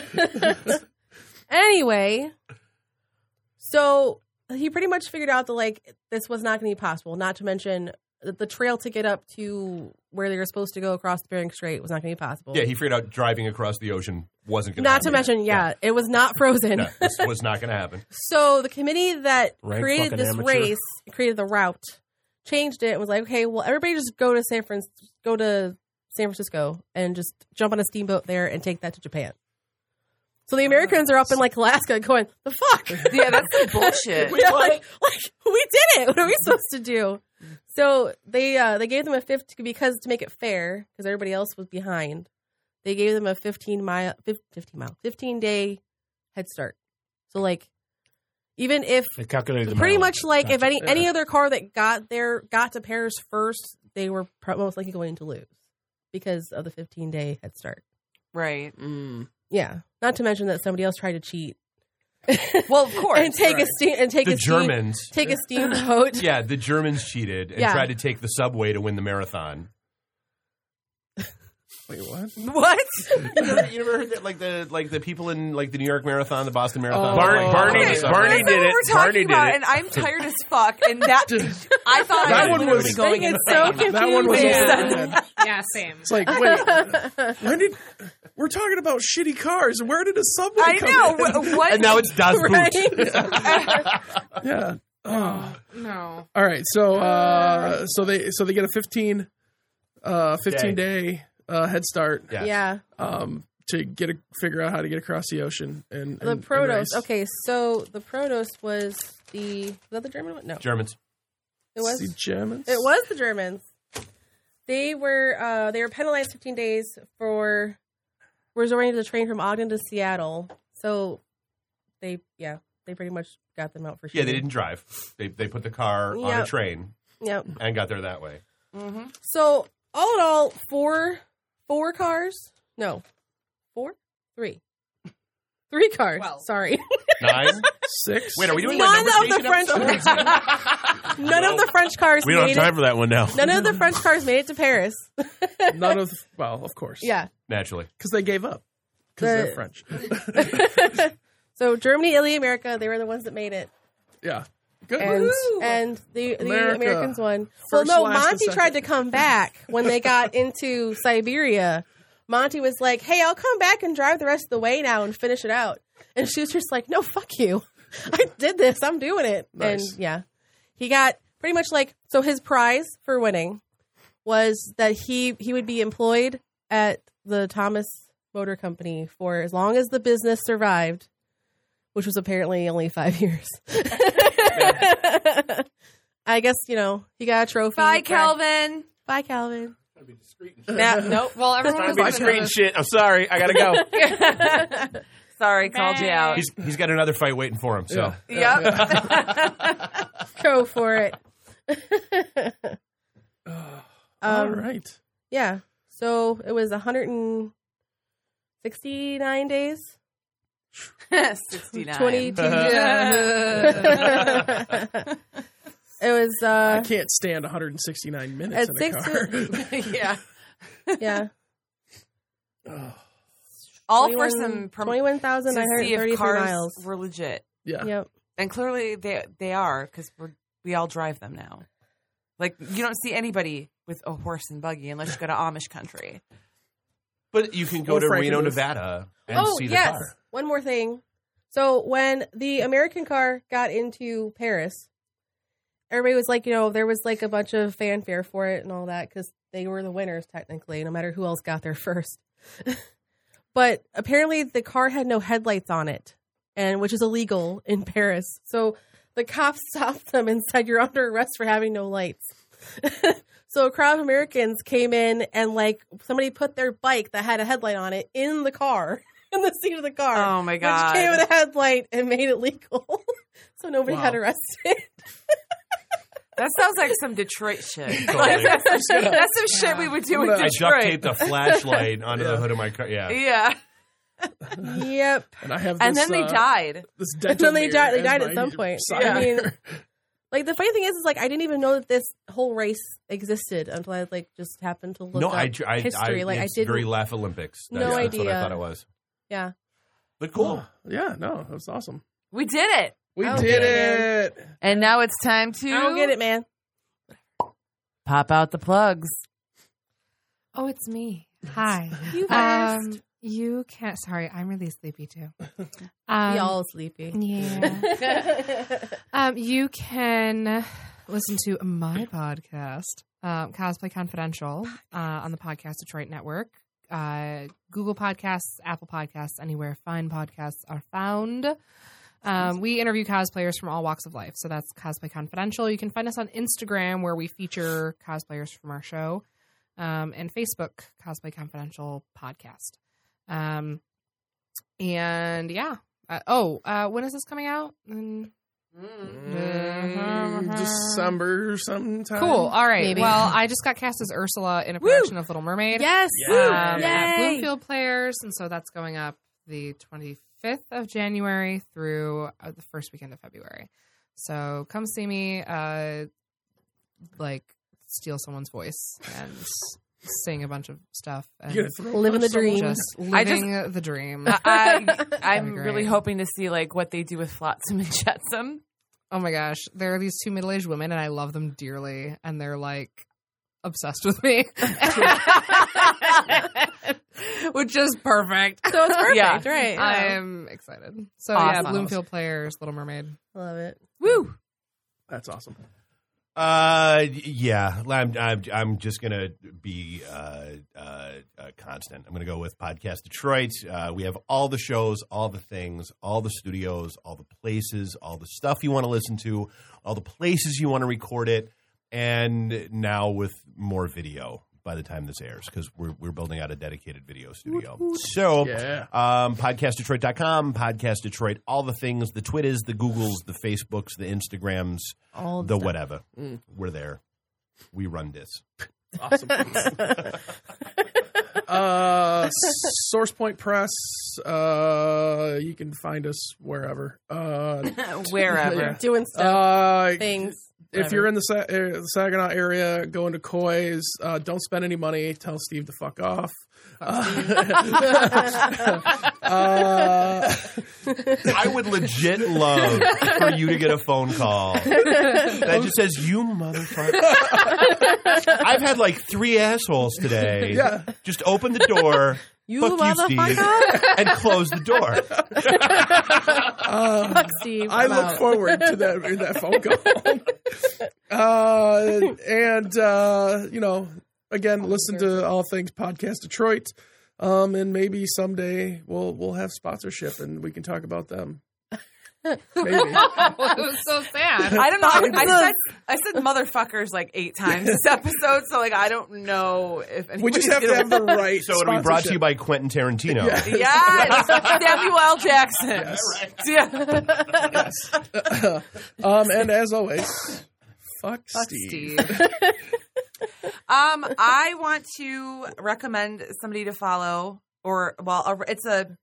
[SPEAKER 3] anyway, so he pretty much figured out that like this was not going to be possible. Not to mention that the trail to get up to where they were supposed to go across the Bering Strait was not going to be possible.
[SPEAKER 8] yeah, he figured out driving across the ocean wasn't going
[SPEAKER 3] not to mention, yeah, it was not frozen.
[SPEAKER 8] No, this was not going to happen.
[SPEAKER 3] So the committee that
[SPEAKER 5] Rank
[SPEAKER 3] created
[SPEAKER 5] fucking
[SPEAKER 3] this
[SPEAKER 5] amateur.
[SPEAKER 3] race, created the route, changed it. and Was like, okay, well, everybody just go to San Fran, go to San Francisco, and just jump on a steamboat there and take that to Japan. So the Americans are up in like Alaska, going, the fuck.
[SPEAKER 1] yeah, that's some bullshit.
[SPEAKER 3] Yeah, like, like we did it. What are we supposed to do? So they uh, they gave them a fifty because to make it fair, because everybody else was behind. They gave them a fifteen mile, fif- fifteen mile, fifteen day head start. So like, even if
[SPEAKER 5] They calculated
[SPEAKER 3] pretty much like if any any other car that got there got to Paris first, they were pro- most likely going to lose because of the fifteen day head start.
[SPEAKER 1] Right.
[SPEAKER 2] Mm.
[SPEAKER 3] Yeah, not to mention that somebody else tried to cheat
[SPEAKER 1] Well, of course.
[SPEAKER 3] and take a steam and take
[SPEAKER 8] The
[SPEAKER 3] a steam-
[SPEAKER 8] Germans,
[SPEAKER 3] take a steamboat.
[SPEAKER 8] yeah, the Germans cheated and
[SPEAKER 3] Yeah.
[SPEAKER 8] tried to take the subway to win the marathon.
[SPEAKER 2] Wait, what?
[SPEAKER 1] What?
[SPEAKER 8] You never, you never heard that? Like the like the people in like the New York Marathon, the Boston Marathon.
[SPEAKER 2] Oh.
[SPEAKER 8] like,
[SPEAKER 2] Barney-
[SPEAKER 8] all that
[SPEAKER 1] That's
[SPEAKER 8] stuff.
[SPEAKER 9] Barney-
[SPEAKER 1] not
[SPEAKER 9] did
[SPEAKER 1] what
[SPEAKER 9] it.
[SPEAKER 1] we're talking
[SPEAKER 9] Barney did
[SPEAKER 1] about,
[SPEAKER 9] it.
[SPEAKER 1] and I'm tired as fuck. And that I thought
[SPEAKER 2] That
[SPEAKER 1] I was
[SPEAKER 2] one
[SPEAKER 1] literally
[SPEAKER 2] was-
[SPEAKER 1] going
[SPEAKER 3] it's
[SPEAKER 1] insane.
[SPEAKER 3] so confusing.
[SPEAKER 2] That one was
[SPEAKER 1] Yeah.
[SPEAKER 2] yeah.
[SPEAKER 4] Yeah, same.
[SPEAKER 2] It's like, wait, when did we're talking about shitty cars? Where did a subway?
[SPEAKER 1] I
[SPEAKER 2] come
[SPEAKER 1] know.
[SPEAKER 2] in?
[SPEAKER 1] wh- What?
[SPEAKER 8] And now it's Das Boot.
[SPEAKER 2] Yeah. Oh.
[SPEAKER 4] No.
[SPEAKER 2] All right. So uh, so they so they get a 15, uh, 15 day, uh, head start
[SPEAKER 8] Yeah.
[SPEAKER 3] yeah.
[SPEAKER 2] um, to get a figure out how to get across the ocean and, and-
[SPEAKER 3] The
[SPEAKER 2] and
[SPEAKER 3] Protos.
[SPEAKER 2] race.
[SPEAKER 3] Okay, so the Protos was the was that the German one? No,
[SPEAKER 8] Germans.
[SPEAKER 3] it was
[SPEAKER 2] The Germans.
[SPEAKER 3] it was the Germans. They were uh, they were penalized 15 days for resorting to the train from Ogden to Seattle. So they yeah they pretty much got them out for sure.
[SPEAKER 8] Yeah, they didn't drive. They they put the car on a
[SPEAKER 3] Yep.
[SPEAKER 8] train
[SPEAKER 3] Yep.
[SPEAKER 8] and got there that way.
[SPEAKER 1] Mhm.
[SPEAKER 3] So all in all, four four cars. No, four, three, three cars.
[SPEAKER 4] Well.
[SPEAKER 3] Sorry,
[SPEAKER 8] Nine.
[SPEAKER 2] six.
[SPEAKER 8] Wait, are we doing a
[SPEAKER 3] none
[SPEAKER 8] number
[SPEAKER 3] of the
[SPEAKER 8] station
[SPEAKER 3] French.
[SPEAKER 8] episode?
[SPEAKER 3] none of the French cars
[SPEAKER 5] We don't
[SPEAKER 3] made
[SPEAKER 5] have
[SPEAKER 3] it.
[SPEAKER 5] time for that one now.
[SPEAKER 3] None of the French cars made it to Paris.
[SPEAKER 2] None of well, of course.
[SPEAKER 3] Yeah.
[SPEAKER 8] Naturally.
[SPEAKER 2] because they gave up because
[SPEAKER 3] The-
[SPEAKER 2] they're French.
[SPEAKER 3] so Germany, Italy, America, they were the ones that made it.
[SPEAKER 2] Yeah. Good.
[SPEAKER 3] And and the, the
[SPEAKER 2] America.
[SPEAKER 3] Americans won.
[SPEAKER 2] First,
[SPEAKER 3] well no,
[SPEAKER 2] last, and
[SPEAKER 3] Monty
[SPEAKER 2] second.
[SPEAKER 3] tried to come back when they got into Siberia. Monty was like, Hey, I'll come back and drive the rest of the way now and finish it out. And she was just like, No, fuck you. I did this. I'm doing it.
[SPEAKER 2] Nice.
[SPEAKER 3] And yeah. He got pretty much like so his prize for winning was that he he would be employed at the Thomas Motor Company for as long as the business survived, which was apparently only five years. I guess you know he got a trophy.
[SPEAKER 1] Bye,
[SPEAKER 3] Brad-
[SPEAKER 1] Kelvin.
[SPEAKER 3] Bye, Calvin.
[SPEAKER 1] Nah, nope.
[SPEAKER 4] Well, everyone
[SPEAKER 3] Time
[SPEAKER 4] was
[SPEAKER 3] to
[SPEAKER 4] like,
[SPEAKER 5] Screen shit. I'm sorry. I gotta go.
[SPEAKER 1] Sorry, called you out.
[SPEAKER 8] He's he's got another fight waiting for him. So
[SPEAKER 2] Yeah.
[SPEAKER 1] Yep.
[SPEAKER 3] Go for it.
[SPEAKER 2] All
[SPEAKER 3] um,
[SPEAKER 2] right.
[SPEAKER 3] Yeah. So it was 169 days.
[SPEAKER 1] 69.
[SPEAKER 3] 22
[SPEAKER 4] Yeah.
[SPEAKER 3] it was
[SPEAKER 2] I
[SPEAKER 3] uh
[SPEAKER 2] can't stand 169 minutes
[SPEAKER 3] At
[SPEAKER 2] in a
[SPEAKER 3] six-
[SPEAKER 2] car.
[SPEAKER 1] yeah.
[SPEAKER 3] yeah
[SPEAKER 2] Oh,
[SPEAKER 1] All for some promotion. To see if
[SPEAKER 3] 21,933
[SPEAKER 1] cars
[SPEAKER 3] miles.
[SPEAKER 1] were legit.
[SPEAKER 2] yeah.
[SPEAKER 3] Yep.
[SPEAKER 1] And clearly they they are because we we all drive them now. Like you don't see anybody with a horse and buggy unless you go to Amish country.
[SPEAKER 8] But you can go
[SPEAKER 2] Or
[SPEAKER 8] to
[SPEAKER 2] Frankie
[SPEAKER 8] Reno,
[SPEAKER 2] Lewis.
[SPEAKER 8] Nevada and
[SPEAKER 3] Oh,
[SPEAKER 8] see the
[SPEAKER 3] yes.
[SPEAKER 8] car.
[SPEAKER 3] One more thing. So when the American car got into Paris, everybody was like, you know, there was like a bunch of fanfare for it and all that because they were the winners technically, no matter who else got there first. but apparently the car had no headlights on it, and which is illegal in Paris. So the cops stopped them and said, "You're under arrest for having no lights." so a crowd of Americans came in and like somebody put their bike that had a headlight on it in the car, in the seat of the car.
[SPEAKER 1] Oh my
[SPEAKER 3] Which came
[SPEAKER 1] god!
[SPEAKER 3] with a headlight and made it legal. so nobody
[SPEAKER 2] Wow.
[SPEAKER 3] got arrested.
[SPEAKER 1] That sounds like some Detroit shit.
[SPEAKER 8] Totally.
[SPEAKER 1] that's some, that's some shit
[SPEAKER 4] Yeah.
[SPEAKER 1] we would do in
[SPEAKER 2] I
[SPEAKER 8] I duct
[SPEAKER 1] Detroit.
[SPEAKER 8] taped a flashlight onto the hood of my car. Yeah.
[SPEAKER 1] Yeah,
[SPEAKER 3] yep.
[SPEAKER 2] And I have this,
[SPEAKER 1] and then they
[SPEAKER 2] uh,
[SPEAKER 1] died.
[SPEAKER 2] This
[SPEAKER 3] And then they
[SPEAKER 2] dental
[SPEAKER 3] died. They
[SPEAKER 2] mirror
[SPEAKER 3] died
[SPEAKER 2] as
[SPEAKER 3] at
[SPEAKER 2] my
[SPEAKER 3] some point.
[SPEAKER 2] side
[SPEAKER 3] I mean,
[SPEAKER 2] mirror.
[SPEAKER 3] like the funny thing is, is like I didn't even know that this whole race existed until I like just happened to look.
[SPEAKER 8] No,
[SPEAKER 3] up.
[SPEAKER 8] I, tr- I,
[SPEAKER 3] history,
[SPEAKER 8] I,
[SPEAKER 3] like, I
[SPEAKER 8] it's
[SPEAKER 3] didn't-
[SPEAKER 8] very Laugh Olympics.
[SPEAKER 3] No
[SPEAKER 8] That's, that's what I
[SPEAKER 3] idea.
[SPEAKER 8] thought it was.
[SPEAKER 3] yeah.
[SPEAKER 8] But cool.
[SPEAKER 2] Yeah, no, that was awesome.
[SPEAKER 1] We did it,
[SPEAKER 2] We
[SPEAKER 3] I don't
[SPEAKER 2] did
[SPEAKER 3] get
[SPEAKER 2] it.
[SPEAKER 3] it,
[SPEAKER 1] and now it's time to
[SPEAKER 3] I don't get it, man.
[SPEAKER 1] pop out the plugs.
[SPEAKER 4] oh, it's me. Hi.
[SPEAKER 3] You
[SPEAKER 4] Um, you can't. Sorry, I'm really sleepy too. Um,
[SPEAKER 3] Y'all sleepy.
[SPEAKER 4] Yeah. Um, you can listen to my podcast, um, Cosplay Confidential, uh, on the Podcast Detroit Network. Uh, Google Podcasts, Apple Podcasts, anywhere fine podcasts are found. Um, we interview cosplayers from all walks of life. So that's Cosplay Confidential. You can find us on Instagram, where we feature cosplayers from our show, um, and Facebook, Cosplay Confidential Podcast. Um, and yeah. Uh, oh, uh, when is this coming out? Mm.
[SPEAKER 3] Mm-hmm.
[SPEAKER 2] Mm, December sometime.
[SPEAKER 4] Cool. All right.
[SPEAKER 3] Maybe.
[SPEAKER 4] Well, I just got cast as Ursula in a production of Little Mermaid.
[SPEAKER 3] yes.
[SPEAKER 4] Um,
[SPEAKER 3] Yay.
[SPEAKER 4] at Bloomfield Players, and so that's going up the 25th of January through uh, the first weekend of February. So come see me, uh, like steal someone's voice and sing a bunch of stuff and
[SPEAKER 2] You're gonna throw a
[SPEAKER 3] Living the
[SPEAKER 2] punch someone.
[SPEAKER 3] dream.
[SPEAKER 4] just
[SPEAKER 1] I just-
[SPEAKER 4] living the dream.
[SPEAKER 1] I, I'm
[SPEAKER 4] That'd be
[SPEAKER 1] really
[SPEAKER 4] great.
[SPEAKER 1] hoping to see like what they do with flotsam and jetsam.
[SPEAKER 4] Oh my gosh, there are these two middle aged women, and I love them dearly, and they're like obsessed with me, which is perfect.
[SPEAKER 3] So it's perfect,
[SPEAKER 1] Yeah.
[SPEAKER 3] right? Yeah.
[SPEAKER 4] I am excited. So yeah,
[SPEAKER 1] Awesome.
[SPEAKER 4] Bloomfield Players, Little Mermaid.
[SPEAKER 3] love it.
[SPEAKER 1] Woo!
[SPEAKER 2] That's awesome.
[SPEAKER 8] Uh, yeah. I'm, I'm, I'm just gonna be uh, uh, uh, constant. I'm gonna go with Podcast Detroit. Uh, we have all the shows, all the things, all the studios, all the places, all the stuff you want to listen to, all the places you want to record it, and now with more video by the time this airs because we're we're building out a dedicated video studio. So
[SPEAKER 2] Yeah.
[SPEAKER 8] um, podcastdetroit.com, Podcast Detroit, all the things, the Twitters, the Googles, the Facebooks, the Instagrams,
[SPEAKER 3] All
[SPEAKER 8] the whatever.
[SPEAKER 2] Mm.
[SPEAKER 8] We're there. We run this.
[SPEAKER 2] Awesome. uh, Sourcepoint Press. Uh, you can find us wherever. Uh,
[SPEAKER 1] Wherever.
[SPEAKER 3] doing stuff,
[SPEAKER 2] uh,
[SPEAKER 3] things.
[SPEAKER 2] if you're in the, Sa- uh, the Saginaw area, go into Coy's. Uh, don't spend any money. Tell Steve to fuck off. Uh, uh,
[SPEAKER 8] I would legit love for you to get a phone call that just says, You motherfucker. I've had like three assholes today.
[SPEAKER 2] Yeah.
[SPEAKER 8] Just open the door.
[SPEAKER 3] You
[SPEAKER 8] fuck you, Steve. And close the door.
[SPEAKER 2] uh,
[SPEAKER 3] Fuck Steve.
[SPEAKER 2] I
[SPEAKER 3] I'm
[SPEAKER 2] look
[SPEAKER 3] out.
[SPEAKER 2] forward to that that phone call. uh, and uh, you know, again, listen to all things podcast Detroit, um, and maybe someday we'll we'll have sponsorship and we can talk about them. Maybe.
[SPEAKER 4] Oh, it was so sad.
[SPEAKER 1] I don't know. I said I said motherfuckers like eight times this episode, so like I don't know if
[SPEAKER 2] We just have to have the right.
[SPEAKER 8] So it'll be brought to you by Quentin Tarantino.
[SPEAKER 1] Yeah, Samuel L. Jackson. Yeah.
[SPEAKER 2] sponsorship. um, and as always, fuck, Steve.
[SPEAKER 4] Steve.
[SPEAKER 1] Um, I want to recommend somebody to follow, or well, a, it's a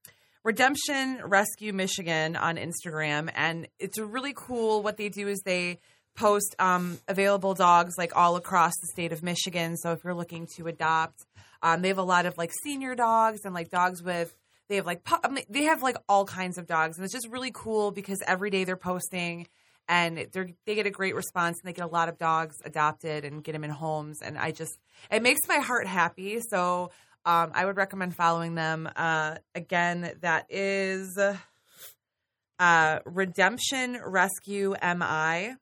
[SPEAKER 1] Redemption Rescue Michigan on Instagram, and it's really cool. What they do is they post um, available dogs like all across the state of Michigan. So if you're looking to adopt, um, they have a lot of like senior dogs and like dogs with. They have like pu- I mean, they have like all kinds of dogs, and it's just really cool because every day they're posting and they're, they get a great response and they get a lot of dogs adopted and get them in homes and i just it makes my heart happy so um, i would recommend following them uh, again that is uh, redemption rescue mi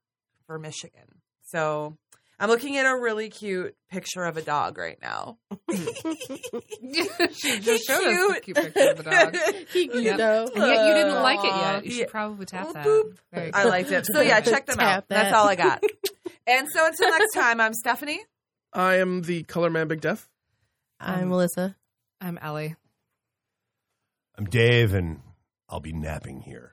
[SPEAKER 1] for michigan so i'm looking at a really cute picture of a dog right now
[SPEAKER 4] she just showed us the
[SPEAKER 1] Cute.
[SPEAKER 4] cute picture of the dog. Uh,
[SPEAKER 3] He- you
[SPEAKER 4] Yep.
[SPEAKER 3] know. Uh,
[SPEAKER 4] And yet you didn't like it yet. You
[SPEAKER 1] Yeah.
[SPEAKER 4] should probably tap that.
[SPEAKER 1] Boop.
[SPEAKER 4] There you
[SPEAKER 1] i
[SPEAKER 4] go.
[SPEAKER 1] liked it so yeah check them out
[SPEAKER 3] Tap that.
[SPEAKER 1] that's all i got and so until next time i'm stephanie
[SPEAKER 2] I am the color man, Big Def.
[SPEAKER 3] I'm Melissa.
[SPEAKER 4] I'm Ellie.
[SPEAKER 8] I'm Dave, and I'll be napping here.